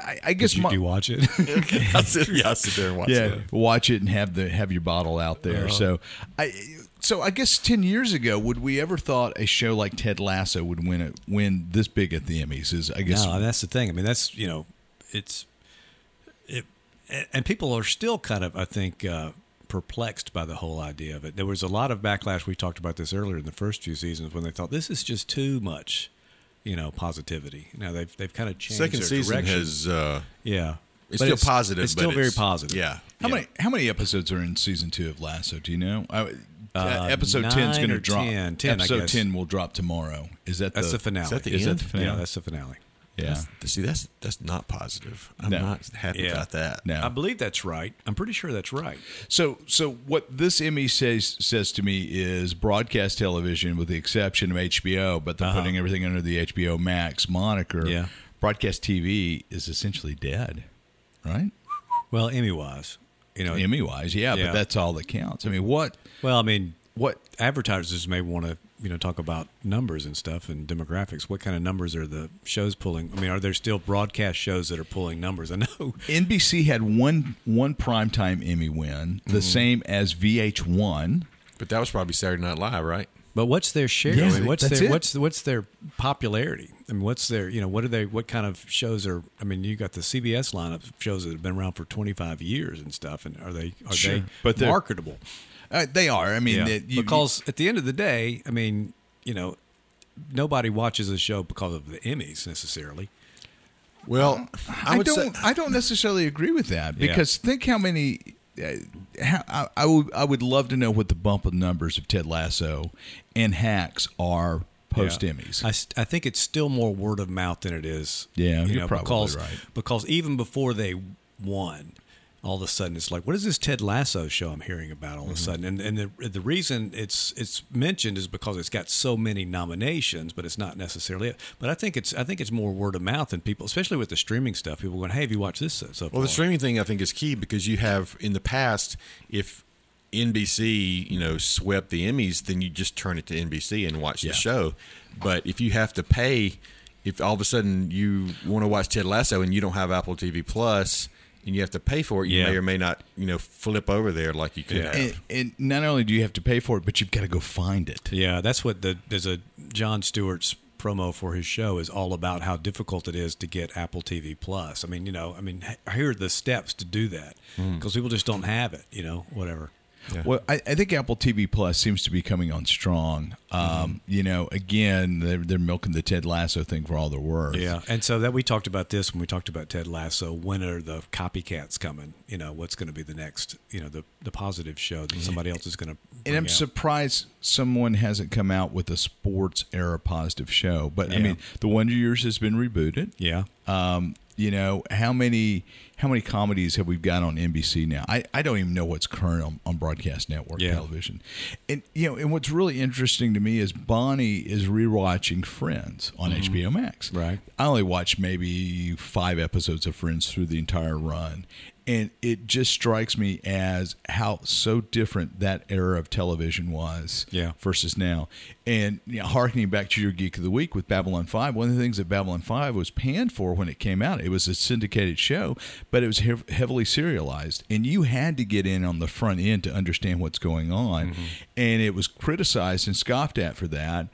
[SPEAKER 2] I, I guess
[SPEAKER 4] Did you,
[SPEAKER 2] my-
[SPEAKER 4] do you watch it?
[SPEAKER 3] I sit, yeah, I sit there and watch
[SPEAKER 2] yeah,
[SPEAKER 3] it.
[SPEAKER 2] watch it and have the have your bottle out there. So I so I guess ten years ago, would we ever thought a show like Ted Lasso would win it win this big at the Emmys? Is I guess
[SPEAKER 4] no, and that's the thing. I mean, that's you know, it's it, and people are still kind of, I think, uh, perplexed by the whole idea of it. There was a lot of backlash. We talked about this earlier in the first few seasons when they thought this is just too much, you know, positivity. Now they've they've kind of changed
[SPEAKER 3] Second
[SPEAKER 4] their
[SPEAKER 3] season
[SPEAKER 4] direction.
[SPEAKER 3] has. Uh,
[SPEAKER 4] yeah,
[SPEAKER 3] it's
[SPEAKER 4] But
[SPEAKER 3] still positive.
[SPEAKER 4] It's
[SPEAKER 3] but
[SPEAKER 4] still very
[SPEAKER 3] it's-
[SPEAKER 4] positive.
[SPEAKER 3] Yeah.
[SPEAKER 2] how
[SPEAKER 3] yeah.
[SPEAKER 2] many how many episodes are in season two of Lasso? Do you know? I, uh,
[SPEAKER 4] Uh,
[SPEAKER 2] episode
[SPEAKER 4] nine
[SPEAKER 2] 10's going
[SPEAKER 4] or
[SPEAKER 2] to drop.
[SPEAKER 4] 10, 10, I
[SPEAKER 2] episode
[SPEAKER 4] guess.
[SPEAKER 2] ten will drop tomorrow. Is that
[SPEAKER 4] that's the,
[SPEAKER 2] the,
[SPEAKER 4] finale.
[SPEAKER 3] Is that the
[SPEAKER 2] Is that
[SPEAKER 3] end?
[SPEAKER 2] the finale?
[SPEAKER 4] Yeah, that's the finale.
[SPEAKER 2] yeah.
[SPEAKER 3] See, that's that's not positive. I'm
[SPEAKER 2] No.
[SPEAKER 3] not happy
[SPEAKER 4] Yeah.
[SPEAKER 3] about that.
[SPEAKER 2] No.
[SPEAKER 4] I believe that's right. I'm pretty sure that's right.
[SPEAKER 2] So, so what this Emmy says says to me is broadcast television, with the exception of HBO, but they're
[SPEAKER 4] Uh-huh.
[SPEAKER 2] putting everything under the HBO Max moniker.
[SPEAKER 4] Yeah.
[SPEAKER 2] broadcast TV is essentially dead. right?
[SPEAKER 4] Well, Emmy wise, you know.
[SPEAKER 2] Emmy wise, Uh, yeah,
[SPEAKER 4] Yeah.
[SPEAKER 2] but that's all that counts. I mean, what
[SPEAKER 4] Well, I mean,
[SPEAKER 2] what
[SPEAKER 4] advertisers may want to you know talk about numbers and stuff and demographics. What kind of numbers are the shows pulling? I mean, are there still broadcast shows that are pulling numbers? I know.
[SPEAKER 2] NBC had one one primetime Emmy win, the same as VH1.
[SPEAKER 3] But that was probably Saturday Night Live, right?
[SPEAKER 4] But what's their share?
[SPEAKER 2] Yeah,
[SPEAKER 4] I mean, what's
[SPEAKER 2] that's
[SPEAKER 4] their
[SPEAKER 2] it.
[SPEAKER 4] what's what's their popularity? I mean, what's their you know what are they? What kind of shows are? I mean, you got the CBS lineup of shows that have been around for twenty five years and stuff. And are they are
[SPEAKER 2] Sure.
[SPEAKER 4] they
[SPEAKER 2] But they're-
[SPEAKER 4] marketable?
[SPEAKER 2] Uh, they are. I mean,
[SPEAKER 4] Yeah.
[SPEAKER 2] that you,
[SPEAKER 4] because at the end of the day, I mean, you know, nobody watches a show because of the Emmys necessarily.
[SPEAKER 3] Well,
[SPEAKER 2] Uh, I, don't. I don't necessarily agree with that
[SPEAKER 4] Yeah.
[SPEAKER 2] because think how many. Uh, how, I, I would. I would love to know what the bump of numbers of Ted Lasso and Hacks are post
[SPEAKER 4] Yeah.
[SPEAKER 2] Emmys.
[SPEAKER 4] I, st- I think it's still more word of mouth than it is.
[SPEAKER 2] Yeah,
[SPEAKER 4] you
[SPEAKER 2] you're
[SPEAKER 4] know,
[SPEAKER 2] probably
[SPEAKER 4] because,
[SPEAKER 2] right.
[SPEAKER 4] Because even before they won, all of a sudden it's like, what is this Ted Lasso show I'm hearing about all
[SPEAKER 2] Mm-hmm.
[SPEAKER 4] of a sudden? And and the the reason it's it's mentioned is because it's got so many nominations, but it's not necessarily it. But I think it's I think it's more word of mouth than people, especially with the streaming stuff. People going, hey, have you watched this so so far?
[SPEAKER 3] Well, the streaming thing I think is key because you have in the past, if NBC you know swept the Emmys, then you just turn it to NBC and watch
[SPEAKER 2] Yeah.
[SPEAKER 3] the show. But if you have to pay, if all of a sudden you want to watch Ted Lasso and you don't have Apple TV Plus and you have to pay for it, you
[SPEAKER 4] Yeah.
[SPEAKER 3] may or may not you know flip over there like you could
[SPEAKER 4] Yeah.
[SPEAKER 3] have.
[SPEAKER 2] and, and not only do you have to pay for it, but you've got to go find it.
[SPEAKER 4] Yeah, that's what the there's a John Stewart's promo for his show is all about how difficult it is to get Apple TV Plus. I mean, you know, I mean, h- here are the steps to do that because people just don't have it, you know, whatever.
[SPEAKER 2] Well, I, I think Apple TV Plus seems to be coming on strong. Um,
[SPEAKER 4] Mm-hmm.
[SPEAKER 2] You know, again, they're, they're milking the Ted Lasso thing for all they're worth.
[SPEAKER 4] Yeah, and so that we talked about this when we talked about Ted Lasso. When are the copycats coming? You know, what's going to be the next? You know, the the positive show that somebody else is going to.
[SPEAKER 2] And I'm surprised someone hasn't come out with a sports era positive show. But I
[SPEAKER 4] Yeah.
[SPEAKER 2] mean, The Wonder Years has been rebooted.
[SPEAKER 4] yeah,
[SPEAKER 2] Um, you know how many how many comedies have we got on NBC now? I, I don't even know what's current on, on broadcast network
[SPEAKER 4] Yeah.
[SPEAKER 2] television. And you know, and what's really interesting to me is Bonnie is rewatching Friends on HBO Max.
[SPEAKER 4] Mm-hmm. Right.
[SPEAKER 2] I only watched maybe five episodes of Friends through the entire run. And it just strikes me as how so different that era of television was
[SPEAKER 4] Yeah.
[SPEAKER 2] versus now. And you know, harkening back to your Geek of the Week with Babylon 5, one of the things that Babylon 5 was panned for when it came out, it was a syndicated show, but it was hev- heavily serialized. And you had to get in on the front end to understand what's going on.
[SPEAKER 4] Mm-hmm.
[SPEAKER 2] And it was criticized and scoffed at for that.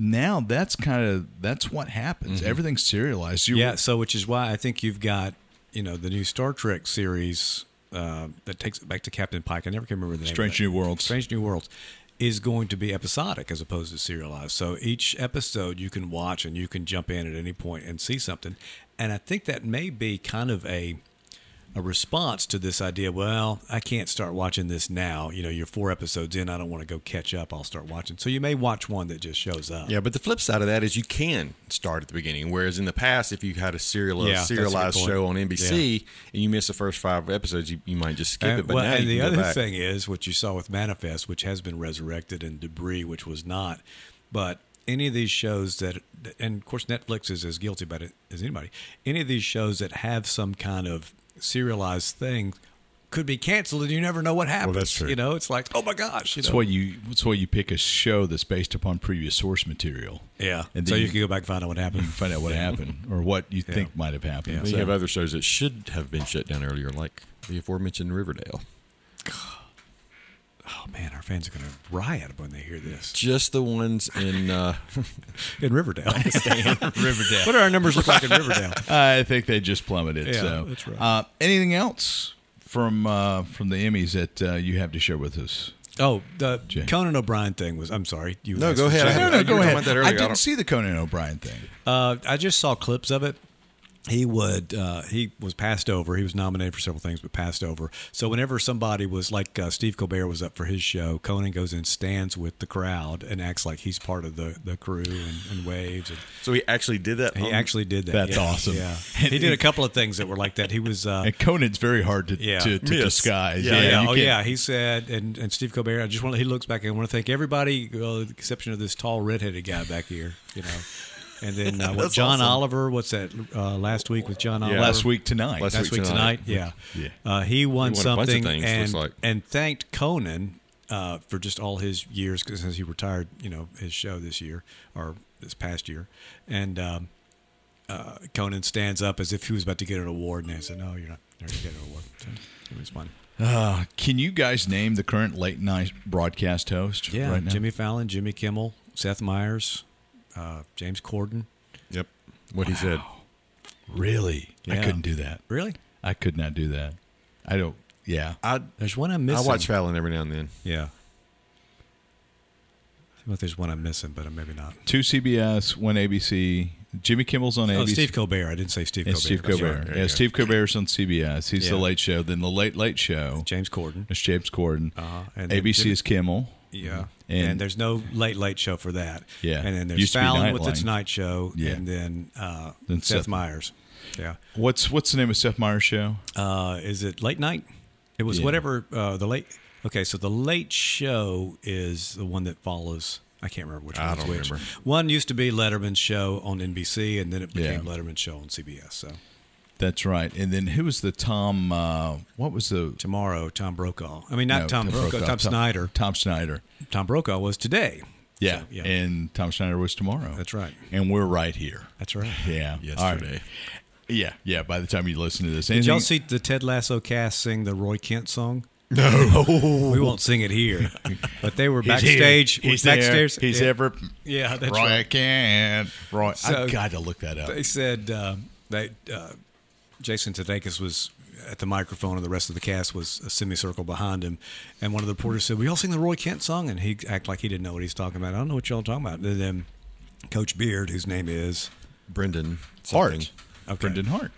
[SPEAKER 2] Now that's kind of that's what happens.
[SPEAKER 4] Mm-hmm.
[SPEAKER 2] Everything's serialized. You
[SPEAKER 4] Yeah, so which is why I think you've got you know the new Star Trek series uh, that takes it back to Captain Pike. I never can remember the name.
[SPEAKER 2] Strange
[SPEAKER 4] of it.
[SPEAKER 2] New Worlds.
[SPEAKER 4] Strange New Worlds is going to be episodic as opposed to serialized. So each episode you can watch and you can jump in at any point and see something. And I think that may be kind of a a response to this idea. Well, I can't start watching this now. You know, you're four episodes in. I don't want to go catch up. I'll start watching. So you may watch one that just shows up.
[SPEAKER 3] Yeah, but the flip side of that is you can start at the beginning. Whereas in the past, if you had a serialized,
[SPEAKER 4] Yeah, that's a good
[SPEAKER 3] serialized
[SPEAKER 4] point.
[SPEAKER 3] show on NBC and you miss the first five episodes, you, you might just skip
[SPEAKER 4] And,
[SPEAKER 3] it. But
[SPEAKER 4] Uh, well,
[SPEAKER 3] now
[SPEAKER 4] and
[SPEAKER 3] you
[SPEAKER 4] the
[SPEAKER 3] can go
[SPEAKER 4] other
[SPEAKER 3] back.
[SPEAKER 4] thing is what you saw with Manifest, which has been resurrected, and Debris, which was not. But any of these shows that, and of course, Netflix is as guilty about it as anybody. Any of these shows that have some kind of serialized thing could be canceled, and you never know what happens.
[SPEAKER 3] that's true.
[SPEAKER 4] You know, it's like, oh my gosh, you
[SPEAKER 2] That's
[SPEAKER 4] know?
[SPEAKER 2] why you. That's why you pick a show that's based upon previous source material.
[SPEAKER 4] yeah.
[SPEAKER 2] and
[SPEAKER 4] so
[SPEAKER 2] then
[SPEAKER 4] you,
[SPEAKER 2] you-
[SPEAKER 4] can go back and find out what happened.
[SPEAKER 2] and find out what happened or what you
[SPEAKER 4] Yeah.
[SPEAKER 2] think might have happened.
[SPEAKER 4] Yeah.
[SPEAKER 3] Then
[SPEAKER 2] So-
[SPEAKER 3] you have other shows that should have been shut down earlier, like the aforementioned Riverdale.
[SPEAKER 4] Oh man, our fans are going to riot when they hear this
[SPEAKER 3] Just the ones in uh,
[SPEAKER 4] in Riverdale.
[SPEAKER 2] Riverdale.
[SPEAKER 4] what do our numbers look like in Riverdale?
[SPEAKER 2] I think they just plummeted.
[SPEAKER 4] Yeah,
[SPEAKER 2] so,
[SPEAKER 4] that's right.
[SPEAKER 2] Uh, anything else from uh, from the Emmys that uh, you have to share with us?
[SPEAKER 4] Oh, the
[SPEAKER 2] Jay.
[SPEAKER 4] Conan O'Brien thing was. I'm sorry. You
[SPEAKER 3] No,
[SPEAKER 4] asked
[SPEAKER 3] go
[SPEAKER 4] for
[SPEAKER 3] ahead.
[SPEAKER 4] Jay.
[SPEAKER 3] I had- you were talking about that earlier.
[SPEAKER 2] Uh, I
[SPEAKER 3] I
[SPEAKER 2] didn't
[SPEAKER 3] don't-
[SPEAKER 2] see the Conan O'Brien thing.
[SPEAKER 4] Uh, I just saw clips of it. He would. Uh, he was passed over. He was nominated for several things, but passed over. So whenever somebody was like uh, Steve Colbert was up for his show, Conan goes and stands with the crowd and acts like he's part of the, the crew and, and waves. And
[SPEAKER 3] so he actually did that.
[SPEAKER 4] he
[SPEAKER 3] on-
[SPEAKER 4] actually did that.
[SPEAKER 2] Um, that's
[SPEAKER 4] Yeah,
[SPEAKER 2] awesome.
[SPEAKER 4] Yeah, he did a couple of things that were like that. He was. Uh,
[SPEAKER 2] And Conan's very hard to
[SPEAKER 4] Yeah.
[SPEAKER 2] to, to
[SPEAKER 3] Yes.
[SPEAKER 2] disguise.
[SPEAKER 3] Yeah,
[SPEAKER 2] you
[SPEAKER 4] yeah. Oh,
[SPEAKER 2] can't-
[SPEAKER 4] yeah. He said, and, and Steve Colbert. I just want. He looks back and I want to thank everybody, well, with the exception of this tall redheaded guy back here. You know, And then uh, what,
[SPEAKER 3] That's
[SPEAKER 4] John
[SPEAKER 3] awesome.
[SPEAKER 4] Oliver, what's that uh, last week with John Oliver?
[SPEAKER 2] Last week tonight.
[SPEAKER 3] Last
[SPEAKER 4] Last
[SPEAKER 3] week
[SPEAKER 4] week tonight, yeah. Uh, he
[SPEAKER 3] He won a
[SPEAKER 4] won,
[SPEAKER 3] bunch of
[SPEAKER 4] something
[SPEAKER 3] things,
[SPEAKER 4] and,
[SPEAKER 3] looks like.
[SPEAKER 4] and thanked Conan uh, for just all his years 'cause since he retired, you know, his show this year or this past year. And um, uh, Conan stands up as if he was about to get an award, and they said, "No, you're not. You're not getting an award." So it was funny.
[SPEAKER 2] Uh, can you guys name the current late night broadcast host
[SPEAKER 4] Yeah,
[SPEAKER 2] right now?
[SPEAKER 4] Jimmy Fallon, Jimmy Kimmel, Seth Meyers, uh, James Corden.
[SPEAKER 3] Yep. What he said.
[SPEAKER 2] Really? I
[SPEAKER 4] Yeah.
[SPEAKER 2] couldn't do that.
[SPEAKER 4] Really?
[SPEAKER 2] I could not do that. I don't. Yeah.
[SPEAKER 3] I
[SPEAKER 4] There's one I'm
[SPEAKER 3] I
[SPEAKER 4] missing.
[SPEAKER 3] watch Fallon every now and then.
[SPEAKER 4] Yeah. Well, there's one I'm missing, but maybe not.
[SPEAKER 2] Two CBS, one ABC. Jimmy Kimmel's on ABC.
[SPEAKER 4] Oh, Steve Colbert. I didn't say Steve
[SPEAKER 2] and
[SPEAKER 4] Colbert.
[SPEAKER 2] Steve
[SPEAKER 4] That's
[SPEAKER 2] Colbert.
[SPEAKER 4] right.
[SPEAKER 3] There
[SPEAKER 2] Yeah,
[SPEAKER 3] you go.
[SPEAKER 2] Steve Colbert's on CBS. He's the
[SPEAKER 4] Yeah.
[SPEAKER 2] Late Show. Then the Late Late Show
[SPEAKER 4] James Corden.
[SPEAKER 2] is James Corden.
[SPEAKER 4] Uh-huh. And then
[SPEAKER 2] ABC
[SPEAKER 4] Jimmy-
[SPEAKER 2] is Kimmel.
[SPEAKER 4] Yeah.
[SPEAKER 2] And-
[SPEAKER 4] And, there's no late late show for that.
[SPEAKER 2] Yeah.
[SPEAKER 4] And then
[SPEAKER 2] Used
[SPEAKER 4] there's
[SPEAKER 2] to be
[SPEAKER 4] Fallon
[SPEAKER 2] Night
[SPEAKER 4] with
[SPEAKER 2] Line.
[SPEAKER 4] the Tonight Show
[SPEAKER 2] Yeah.
[SPEAKER 4] and then uh
[SPEAKER 2] Then
[SPEAKER 4] Seth,
[SPEAKER 2] Seth-
[SPEAKER 4] Meyers. Yeah.
[SPEAKER 2] What's what's the name of Seth Meyers' show?
[SPEAKER 4] Uh is it late night? It was
[SPEAKER 2] Yeah.
[SPEAKER 4] whatever uh the late Okay, so the late show is the one that follows I can't remember which
[SPEAKER 3] I
[SPEAKER 4] one's
[SPEAKER 3] don't
[SPEAKER 4] which.
[SPEAKER 3] remember.
[SPEAKER 4] One used to be Letterman's show on NBC and then it
[SPEAKER 2] Yeah.
[SPEAKER 4] became Letterman's show on CBS. So
[SPEAKER 2] That's right. And then who was the Tom? Uh, what was the
[SPEAKER 4] tomorrow Tom Brokaw. I mean not
[SPEAKER 2] no,
[SPEAKER 4] Tom, Brokaw, Tom, Snyder.
[SPEAKER 2] Tom Snyder.
[SPEAKER 4] Tom Brokaw was today.
[SPEAKER 2] Yeah.
[SPEAKER 4] So, yeah.
[SPEAKER 2] And Tom Snyder was tomorrow.
[SPEAKER 4] That's right.
[SPEAKER 2] And we're right here.
[SPEAKER 4] That's right.
[SPEAKER 2] Yeah. All right.
[SPEAKER 3] Yesterday.
[SPEAKER 2] Yeah. Yeah. By the time you listen to this,
[SPEAKER 4] Did y'all
[SPEAKER 2] anything-
[SPEAKER 4] see the Ted Lasso cast sing the Roy Kent song? No, we won't sing it here. But they were
[SPEAKER 2] He's here.
[SPEAKER 4] backstage.
[SPEAKER 2] Oh, He's
[SPEAKER 4] backstage.
[SPEAKER 2] there. He's
[SPEAKER 4] yeah,
[SPEAKER 2] ever.
[SPEAKER 4] Yeah, that's
[SPEAKER 2] Roy, I
[SPEAKER 4] right.
[SPEAKER 2] can. Roy,
[SPEAKER 4] So-
[SPEAKER 2] I've got to look that up.
[SPEAKER 4] They said uh, they, uh, Jason Sudeikis was at the microphone, and the rest of the cast was a semicircle behind him. And one of the reporters said, "We all sing the Roy Kent song," and he act like he didn't know what he's talking about. I don't know what y'all talking about. And then Coach Beard, whose name is
[SPEAKER 3] Brendan something.
[SPEAKER 2] Hart.
[SPEAKER 4] Okay.
[SPEAKER 2] Brendan Hart.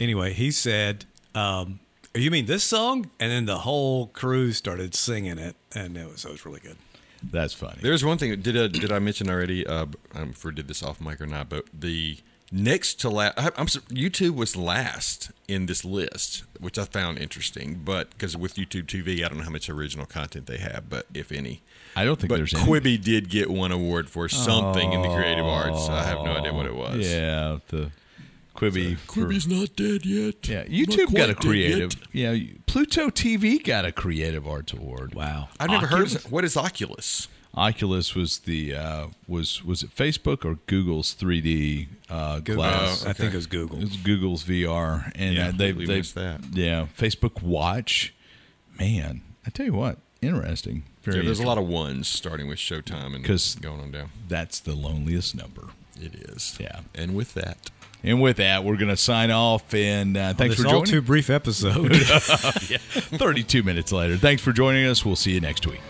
[SPEAKER 4] Anyway, he said, um, "You mean this song?" And then the whole crew started singing it, and it was, it was really good.
[SPEAKER 2] That's funny.
[SPEAKER 3] There's one thing. Did I, did I mention already? Uh, I don't know if we did this off mic or not, but the next to last, I'm sur- YouTube was last in this list, which I found interesting. But because with YouTube TV, I don't know how much original content they have, but if any.
[SPEAKER 2] I don't think
[SPEAKER 3] But
[SPEAKER 2] there's
[SPEAKER 3] Quibi did get one award for something in the creative arts. I have no idea what it was.
[SPEAKER 2] any. Yeah. The Quibi. for-
[SPEAKER 3] Quibi's not dead yet.
[SPEAKER 2] yeah.
[SPEAKER 3] Not
[SPEAKER 2] YouTube got a
[SPEAKER 3] quite dead
[SPEAKER 2] creative.
[SPEAKER 3] yet.
[SPEAKER 2] Yeah. Pluto TV got a creative arts award. Wow.
[SPEAKER 3] I've never heard of What is Oculus?
[SPEAKER 2] Oculus was the uh, was was it Facebook or Google's 3D uh, glass?
[SPEAKER 4] I think it was Google.
[SPEAKER 2] It's Google's VR, and
[SPEAKER 3] Oh, Yeah,
[SPEAKER 2] uh, they
[SPEAKER 3] completely
[SPEAKER 2] they
[SPEAKER 3] missed that.
[SPEAKER 2] Yeah, Facebook Watch. Man, I tell you what, interesting. Very.
[SPEAKER 3] Yeah, there's a lot of ones starting with Showtime and
[SPEAKER 2] 'Cause-
[SPEAKER 3] going on down.
[SPEAKER 2] That's the loneliest number.
[SPEAKER 3] It is.
[SPEAKER 2] Yeah.
[SPEAKER 3] And with that.
[SPEAKER 2] And with that, we're going to sign off. And uh, thanks
[SPEAKER 4] this
[SPEAKER 2] for
[SPEAKER 4] all
[SPEAKER 2] joining.
[SPEAKER 4] too brief episode.
[SPEAKER 2] Thirty-two minutes later. Thanks for joining us. We'll see you next week.